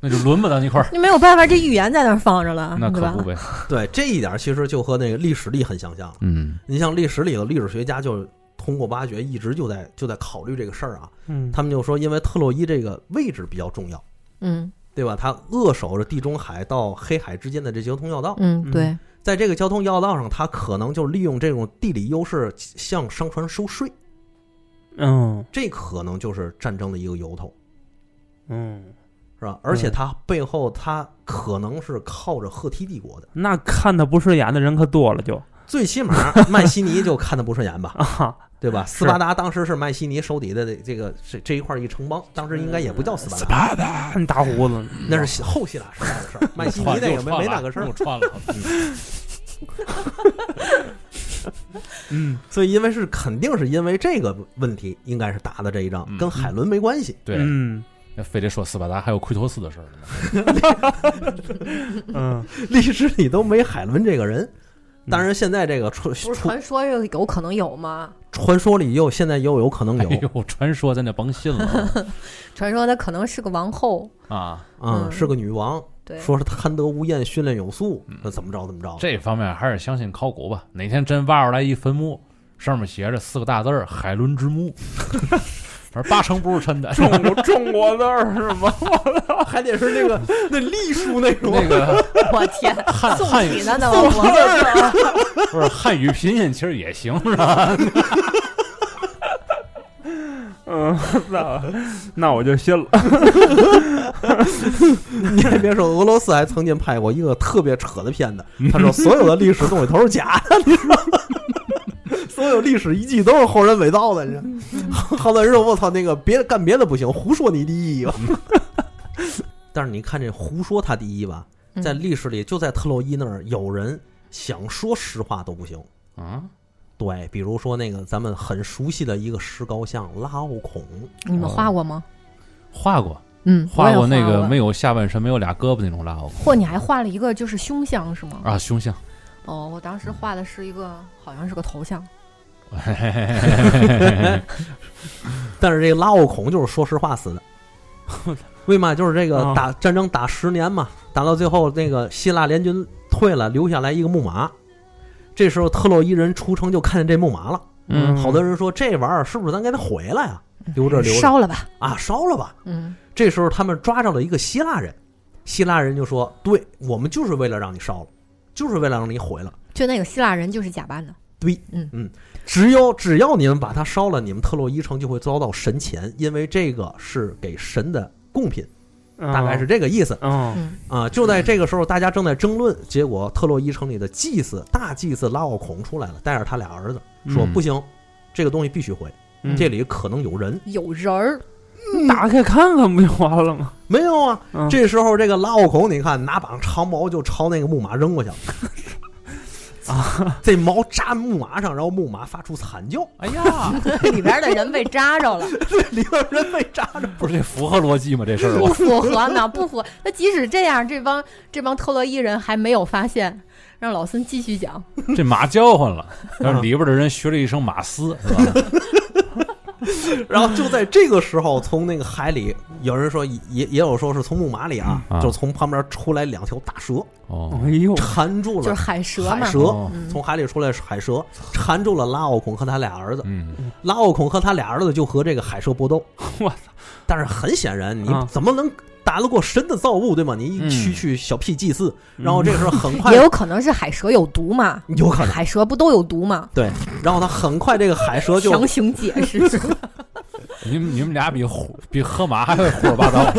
那就轮吧，咱一块儿，
你没有办法，这预言在那儿放着了，
那
啊对
可
吧
不？呗。
对这一点，其实就和那个历史力很相像了。
嗯，
你像历史里头，历史学家就通过挖掘，一直就在就在考虑这个事儿啊。
嗯，
他们就说，因为特洛伊这个位置比较重要，
嗯
对吧？它扼守着地中海到黑海之间的这交通要道。
嗯，对，
在这个交通要道上，他可能就利用这种地理优势向商船收税，
嗯
这可能就是战争的一个由头，
嗯，
是吧？而且他背后他可能是靠着赫梯帝国的，
那看他不顺眼的人可多了就
最起码迈锡尼就看他不顺眼吧，
啊，
对吧？斯巴达当时是迈锡尼手底的这这个这这一块一城邦，当时应该也不叫斯巴达，
巴达大 胡子，
那是后希腊时代的事儿，迈锡尼那个没没那个事儿
又。串了。
嗯
所以因为是肯定是因为这个问题，应该是打的这一仗
嗯
跟海伦没关系。
对，
嗯
那非得说斯巴达还有奎托斯的事儿呢。
嗯，
历史里都没海伦这个人。
嗯
当然，现在这个传
不是
传
传说这个有可能有吗？
传说里又现在又有可能
哎
有
呦，传说咱就甭信 了
传说她可能是个王后，
啊！
啊，
嗯
是个女王，
对，
说是贪得无厌，训练有素，
嗯
那怎么着怎么着。
这方面还是相信考古吧。哪天真挖出来一坟墓，上面写着四个大字儿“海伦之 墓”，反正八成不是真的。
中国中国字儿是吗？
还得是那个那隶书那种
那个
我 天，
汉
宋
汉语
体呢？那 我
哦
我
不是汉语拼音，其实也 行，是吧？
嗯，那那我就信了。
你还别说，俄罗斯还曾经拍过一个特别扯的片子，他说所有的历史东西都是假的，你知道吗？ 所有历史遗迹都是后人伪造的。你知道吗 好多人说：“我操，那个别的干别的不行，胡说你第一吧。” 但是你看这胡说他第一吧，
嗯
在历史里就在特洛伊那儿，有人想说实话都不行。
啊，
对，比如说那个咱们很熟悉的一个石膏像拉奥孔，
你们画过吗？
画过，
嗯，我
画
也
过那
过
个没有下半身、没有俩胳膊那种拉奥
嚯，你还画了一个就是胸像是吗？
啊，胸 像。
哦，我当时画的是一个好像是个头像，
嗯
但是这个拉奥孔就是说实话死的。为嘛就是这个
啊
打战争打十年嘛，打到最后那个希腊联军退了，留下来一个木马。这时候特洛伊人出城就看见这木马了，
嗯
好多人说这玩意儿是不是咱给它毁了呀？留着留着
烧了吧，
啊，烧了吧。
嗯，
这时候他们抓着了一个希腊人，希腊人就说：“对我们就是为了让你烧了，就是为了让你毁了。
就那个希腊人就是假扮的，
只有只要你们把它烧了，你们特洛伊城就会遭到神谴，因为这个是给神的贡品。”
大
大概是这个意思
哦
嗯
嗯，
啊。就在这个时候，大家正在争论，结果特洛伊城里的祭司大祭司拉奥孔出来了，带着他俩儿子说：“
嗯
不行，这个东西必须毁，
嗯
这里可能有人。
有人儿，
打开看看不就完了吗？”
没有啊，
嗯
这时候这个拉奥孔，你看拿把长矛就朝那个木马扔过去了。啊！这矛扎木马上，然后木马发出惨叫，
哎呀，
里边的人被扎着了，
里边人被扎着。
不是这符合逻辑吗？这事儿
不
吧，
符合呢， 不符合。那即使这样，这帮这帮特洛伊人还没有发现。让老孙继续讲，
这马交换了，但是里边的人学了一声马嘶，是吧？
然后就在这个时候，从那个海里，有人说也也有说是从木马里啊，
嗯啊
就从旁边出来两条大蛇，
哦
哎，呦，
缠住
就是
了
海蛇
海
嘛，
蛇，
哦
从海里出来是海蛇，缠住了拉奥孔和他俩儿子。
嗯，
拉奥孔和他俩儿子就和这个海蛇搏斗。
我操！
但是很显然，你
啊
怎么能打得过神的造物，对吗？你一
嗯
区去小屁祭祀，
嗯
然后这个时候很快
也 有可能是海蛇有毒嘛，
有可能
海蛇不都有毒吗？
对，然后他很快这个海蛇就
强行解 释，
你们你们俩比虎比河马还会胡说八道，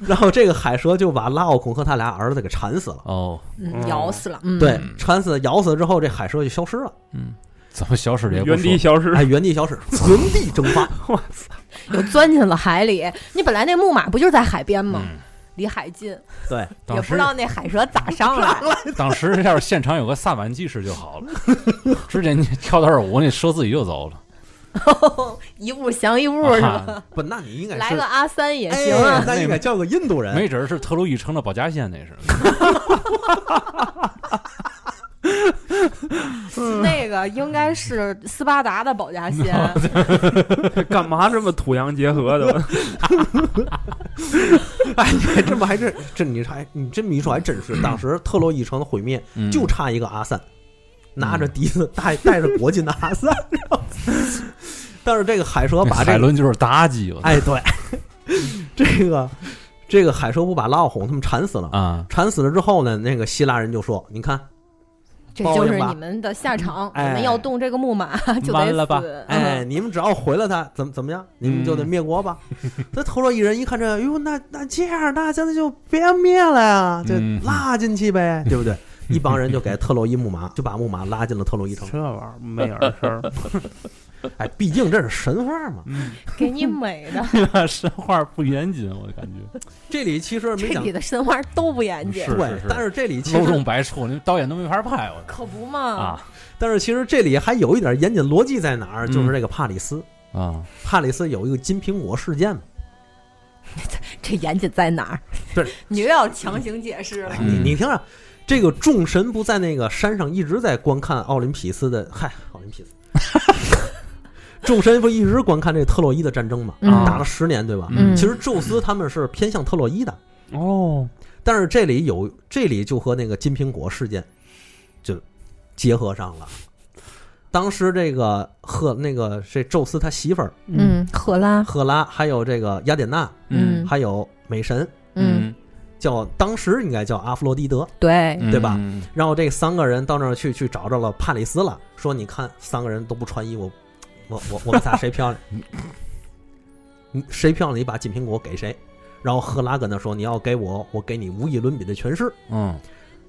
然后这个海蛇就把拉奥孔和他俩儿子给缠死了。
哦，
嗯，咬死了，嗯，
对，缠死、咬死之后，这海蛇就消失了，
嗯，怎么消失的也不
原地
说
消失
哎，，原地消失，原地蒸发。
又嗯钻进了海里。你本来那木马不就是在海边吗？
嗯，
离海近，
对，
也
当
不知
时
道那海蛇咋上 来的。
嗯当时要是现场有个萨满技师就好了，直接你跳到二五，那蛇自己就走了，啊
一步降一步是 吧？
不，那你应该
来
啊是
个阿三也行
哎
啊。
那应该叫个印度人。
没准儿是特洛伊城的保家仙那是，
那个应该是斯巴达的保家 仙，
嗯
干嘛这么土洋结合的？
哎，你还这么还真这你还你这么一说还真是，当时特洛伊城的毁灭
嗯
就差一个阿三，拿着笛子带带着国进的阿三，然 后但是这个海蛇把
海
这个
伦就是妲己，我操
哎对，这个这个海蛇不把拉奥孔他们缠死了吗？
啊，
缠死了之后呢，那个希腊人就说：“你看，
这就是你们的下场。
哎
你们要动这个木马就得
完
死。嗯
了吧
哎，你们只要毁了他，怎么怎么样，你们就得灭 国吧。这特洛伊人一看这，哟，那那这样，那咱就别灭了呀，就
嗯
拉进 去呗，对不对？一帮人就给特洛伊木马，就把木马拉进了特洛伊城。
这玩意儿没点事儿。
哎，毕竟这是神话嘛。
嗯给你美的，
神话不严谨，我感觉
这里其实
这
没讲
里的神话都不严谨，
是
对，但是这里其
漏洞
实，
百出，那导演都没法拍，我操
可不嘛？
啊
但是其实这里还有一点严谨逻辑在哪儿，
嗯
就是这个帕里斯，
啊，
帕里斯有一个金苹果事件嘛。
这严谨在哪儿？
这
你又要强行解释了
哎，。
嗯
你你听着，这个众神不在那个山上一直在观看奥林匹斯的，嗨，奥林匹斯， 众神不一直观看这特洛伊的战争嘛，
嗯
打了十年对吧？
嗯
啊其实宙斯他们是偏向特洛伊的，
哦，
但是这里有这里就和那个金苹果事件就结合上了。当时这个赫那个这宙斯他媳妇儿
嗯，赫拉，
赫拉，还有这个雅典娜，
嗯
还有美神，
嗯，
叫当时应该叫阿弗洛狄德，
对，
嗯
对吧
嗯
然后这三个人到那儿去去找着了帕里斯了，说你看三个人都不穿衣服，我我我们仨谁漂亮？你谁漂亮你把金苹果给谁？然后赫拉跟他说你要给我，我给你无与伦比的权势。
嗯，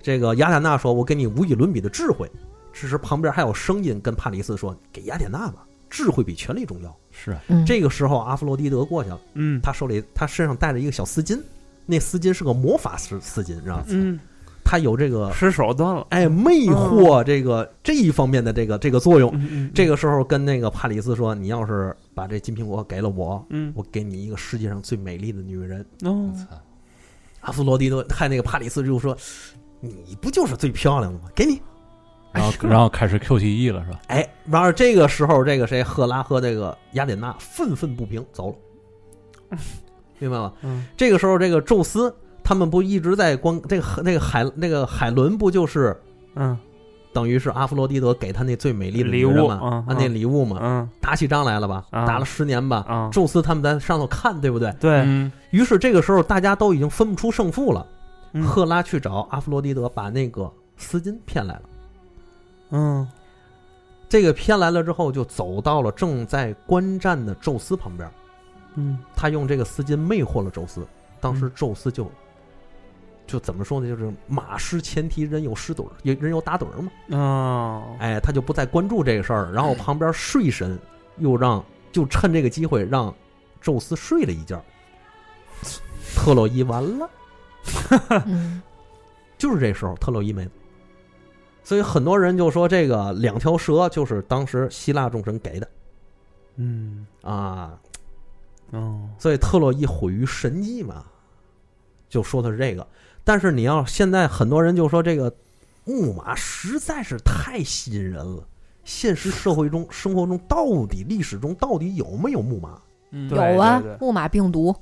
这个雅典娜说我给你无与伦比的智慧。只是旁边还有声音跟帕里斯说给雅典娜吧，智慧比权力重要。
是啊
嗯
这个时候阿弗洛狄德过去了，
嗯
他手里他身上带着一个小丝巾，那丝巾是个魔法丝丝巾，你知道吗？
嗯，
他有这个
使嗯手段了。
哎，魅惑这个、这一方面的这个这个作用。
嗯嗯
这个时候跟那个帕里斯说：“你要是把这金苹果给了我，
嗯，
我给你一个世界上最美丽的女人。
我
哦，
操，”
阿弗罗狄德看那个帕里斯就说：“你不就是最漂亮的吗？给你。
然
啊
后然后开始 QTE 了是吧？”
哎，完了这个时候，这个谁赫拉和这个雅典娜愤愤不平，走了。 明白吗？
嗯
这个时候，这个宙斯他们不一直在观这个那个海那个海伦不就是
嗯
等于是阿弗罗狄德给他那最美丽的
礼
女人
物
嘛
嗯
啊那礼物嘛，
嗯
打起仗来了吧？
啊
打了十年吧？
啊，
宙斯他们在上头看，对不对？
对，
嗯
于是这个时候大家都已经分不出胜负了。
嗯
赫拉去找阿弗洛狄德，把那个丝巾骗来了。
嗯
这个骗来了之后，就走到了正在观战的宙斯旁边，
嗯
他用这个丝巾魅惑了宙斯，当时
嗯
宙斯就、就怎么说呢？就是马失前蹄，人有失盹儿，也人有打盹儿嘛。
哦，
哎，他就不再关注这个事儿。然后旁边睡神又让就趁这个机会让宙斯睡了一觉，特洛伊完了，
嗯，
就是这时候特洛伊没了。所以很多人就说这个两条蛇就是当时希腊众神给的
嗯
啊，
哦，
所以特洛伊毁于神迹嘛，就说的是这个。但是你要现在很多人就说这个木马实在是太吸引人了，现实社会中、 生活中到底、历史中到底有没有木马？
嗯
有
对
啊
对对，
木马病毒，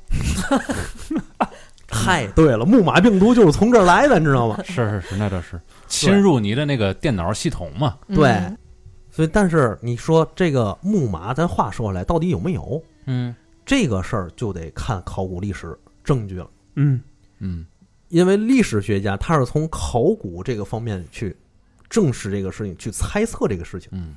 太对了，木马病毒就是从这儿来的，你知道吗？
是是是，那倒是侵入你的那个电脑系统嘛，
嗯
对所以，但是你说这个木马，咱话说回来，到底有没有
嗯
这个事儿，就得看考古历史证据了。
嗯
嗯
因为历史学家他是从考古这个方面去证实这个事情，去猜测这个事情。
嗯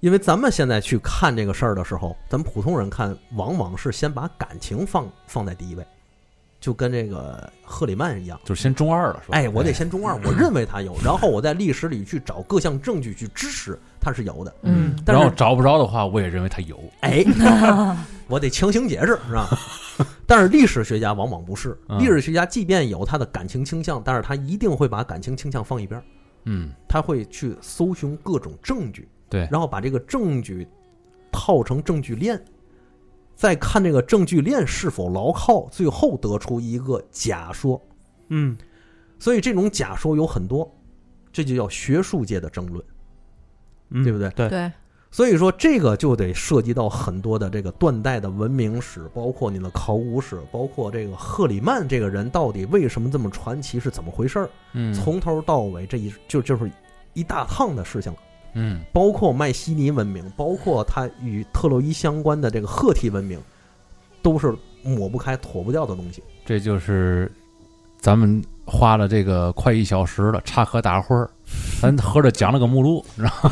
因为咱们现在去看这个事儿的时候，咱们普通人看，往往是先把感情放放在第一位，就跟这个赫里曼一样。
就是先中二了，是吧？
哎，我得先中二，我认为他有，然后我在历史里去找各项证据去支持他是有的。
嗯，
但
然
是
后找不着的话，我也认为他有，
哎，我得强行解释，是吧？ 但是历史学家往往不是，
嗯
历史学家即便有他的感情倾向，但是他一定会把感情倾向放一边儿，
嗯
他会去搜寻各种证据，
对
然后把这个证据套成证据链，再看这个证据链是否牢靠，最后得出一个假说。
嗯
所以这种假说有很多，这就叫学术界的争论。
嗯，
对不对
对，
对，
所以说，这个就得涉及到很多的这个断代的文明史，包括你的考古史，包括这个赫里曼这个人到底为什么这么传奇，是怎么回事儿？
嗯
从头到尾这一就就是一大趟的事情，
嗯
包括迈锡尼文明，包括它与特洛伊相关的这个赫梯文明，都是抹不开、脱不掉的东西。
这就是咱们花了这个快一小时了，插科打诨儿，咱合着讲了个目录，然后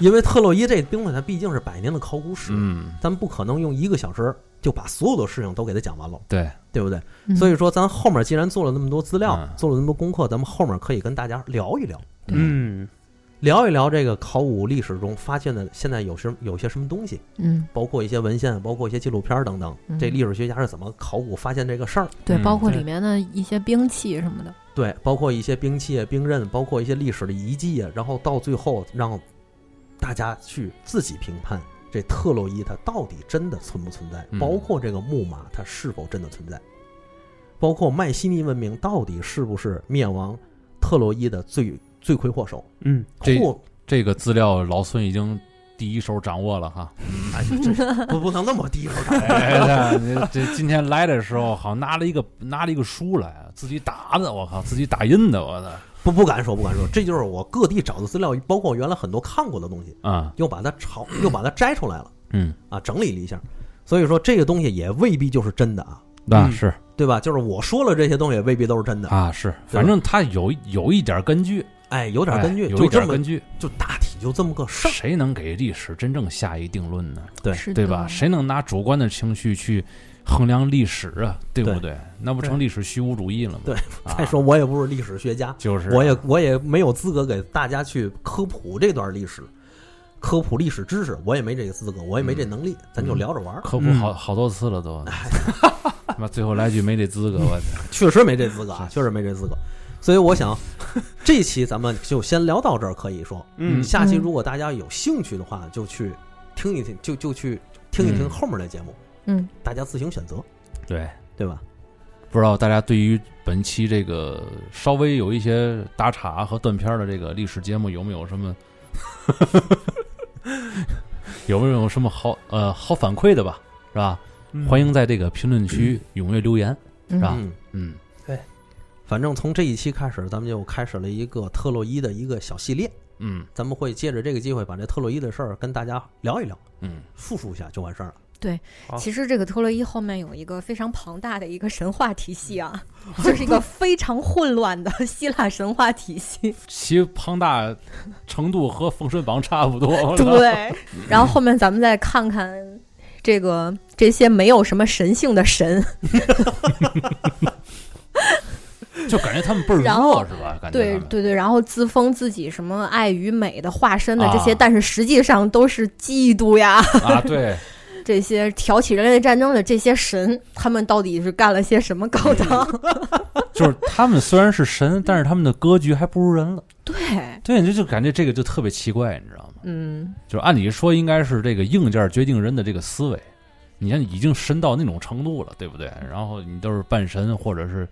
因为特洛伊这东西，它毕竟是百年的考古 史，
嗯，
咱不可能用一个小时就把所有的事情都给它讲完了，
对，
对不对？
嗯
所以说，咱后面既然做了那么多资料，
嗯
做了那么多功课，咱们后面可以跟大家聊一聊，
嗯
聊一聊这个考古历史中发现的现在有什有些什么东西，
嗯，
包括一些文献，包括一些纪录片等等，
嗯
这历史学家是怎么考古发现这个事儿？
对，
嗯
包括
对
里面的一些兵器什么的，
对，包括一些兵器、啊兵刃，包括一些历史的遗迹，啊然后到最后让大家去自己评判这特洛伊它到底真的存不存在，
嗯
包括这个木马它是否真的存在，包括迈锡尼文明到底是不是灭亡特洛伊的罪罪魁祸首，哎
嗯
这
或
这个资料老孙已经第一手掌握了哈。
哎，这这不不能那么低头看。
哎， 这这今天来的时候，好像拿了一个拿了一个书来，自己打的，我靠，自己打印的，我操，
不不敢说，不敢说，这就是我各地找的资料，包括原来很多看过的东西，
啊，
又把它炒，又把它摘出来了
嗯，
啊，整理了一下。所以说这个东西也未必就是真的啊，
那
嗯
是
对吧？就是我说了这些东西，未必都是真的。
啊是，反正他有有一点根据，
哎，有
有
点根据，
有
就
一
这
点
么
根据，
就大体就这么个事儿。
谁能给历史真正下一定论呢？
对
是
对
的
吧？谁能拿主观的情绪去衡量历史啊？对不
对
对？那不成历史虚无主义了吗？
对
啊，
再说我也不是历史学家，
就是啊
我也我也没有资格给大家去科普这段历史，科普历史知识，我也没这个资格，我也没这
嗯
能力，咱就聊着玩儿，哎
科普好好多次了都，妈最后来句没这资格， 我操
确实没这资 格啊，确实没这资格。所以我想，这期咱们就先聊到这儿，可以说，
嗯
下期
嗯
如果大家有兴趣的话，就去听一听，就就去听一听
嗯
后面的节目，
嗯，
大家自行选择，
对。
对吧？
不知道大家对于本期这个稍微有一些打岔和断片儿的这个历史节目有没有什么 有没有什么好呃好反馈的吧，是吧？
嗯
欢迎在这个评论区踊跃留言。
嗯
是吧啊
嗯。
嗯，
反正从这一期开始，咱们就开始了一个特洛伊的一个小系列，
嗯
咱们会借着这个机会把这特洛伊的事儿跟大家聊一聊，
嗯，
复述一下就完事儿了。
好
其实这个特洛伊后面有一个非常庞大的一个神话体系啊，就是一个非常混乱的希腊神话体系。
其庞大 程度和《封神榜》差不多。我操，
对，然后后面咱们再看看这个这些没有什么神性的神，
就感觉他们倍儿
然后
弱是吧？感觉
对
他们
对对，然后自封自己什么爱与美的化身的这些，
啊
但是实际上都是嫉妒呀，
啊，对，
这些挑起人类战争的这些神，他们到底是干了些什么勾
嗯
当？
就是他们虽然是神，但是他们的格局还不如人了。
对，
对，你就就感觉这个就特别奇怪，你知道吗？
嗯，
就是按理说应该是这个硬件决定人的这个思维，你看已经深到那种程度了，对不对？然后你都是半神，或者是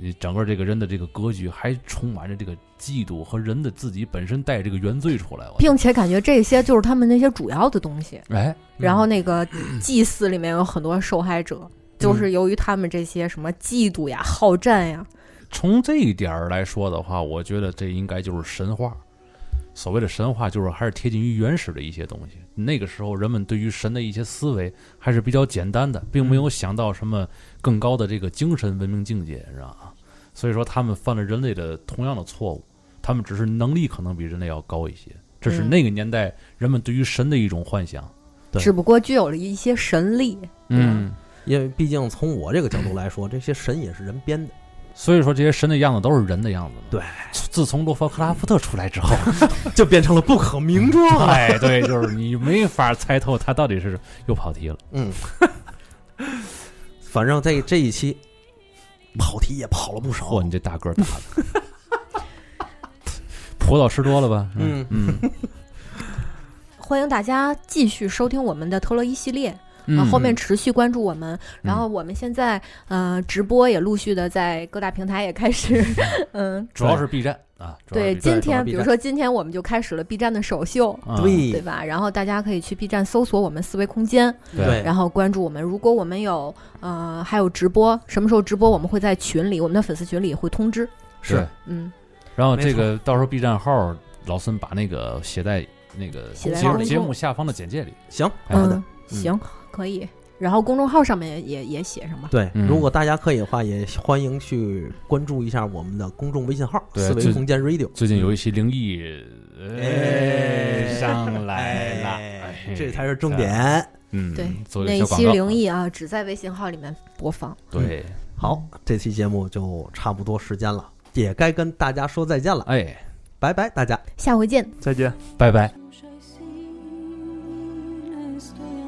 你整个这个人的这个格局还充满着这个嫉妒和人的自己本身带这个原罪出来。我
并且感觉这些就是他们那些主要的东西。
哎，
然后那个祭祀里面有很多受害者，就是由于他们这些什么嫉妒呀、好战呀，
从这一点儿来说的话，我觉得这应该就是神话。所谓的神话，就是还是贴近于原始的一些东西。那个时候，人们对于神的一些思维还是比较简单的，并没有想到什么更高的这个精神文明境界，你知道吗？所以说，他们犯了人类的同样的错误，他们只是能力可能比人类要高一些，这是
嗯
那个年代人们对于神的一种幻想。
对
只不过具有了一些神力。嗯，
因为毕竟从我这个角度来说，这些神也是人编的。
所以说这些神的样子都是人的样子嘛。
对，
自从洛夫克拉夫特出来之后，
就变成了不可名状。
哎，对，就是你没法猜透他到底是又跑题了。
嗯， 反正在这一期跑题也跑了不少
嚯，。你这大个儿大的，葡萄吃多了吧？
嗯
嗯
欢迎大家继续收听我们的特洛伊系列，啊
嗯，
后面持续关注我们。然
嗯
后我们现在呃直播也陆续的在各大平台也开始， 嗯，
主要是 B 站啊，主要是
对，
B
今
站
天
主要是 B 站
比如说今天我们就开始了 B 站的首秀，
啊
对
对
吧？然后大家可以去 B 站搜索我们思维空间，
对，
然后关注我们。如果我们有呃还有直播，什么时候直播我们会在群里，我们的粉丝群里会通知。
是
是。
嗯，
然后这个到时候 B 站号，老孙把那个写在那个
写在
节目
公众
节目下方的简介里。
行，
哎好
的
嗯，行，可以。然后公众号上面也也也写上吧。
对，
嗯
如果大家可以的话，也欢迎去关注一下我们的公众微信号“
对
思
最
维空间 Radio”。
最近有一期灵异，
哎
上来了，
哎
哎，
这才是重。点。
嗯，
对
做个
那一
小广
期
告
灵异啊，只在微信号里面播放。
对，
好，这期节目就差不多时间了，也该跟大家说再见了，
哎，
拜拜，大家。
下回见。
再见。
拜拜。
J'ai essayé l'histoire.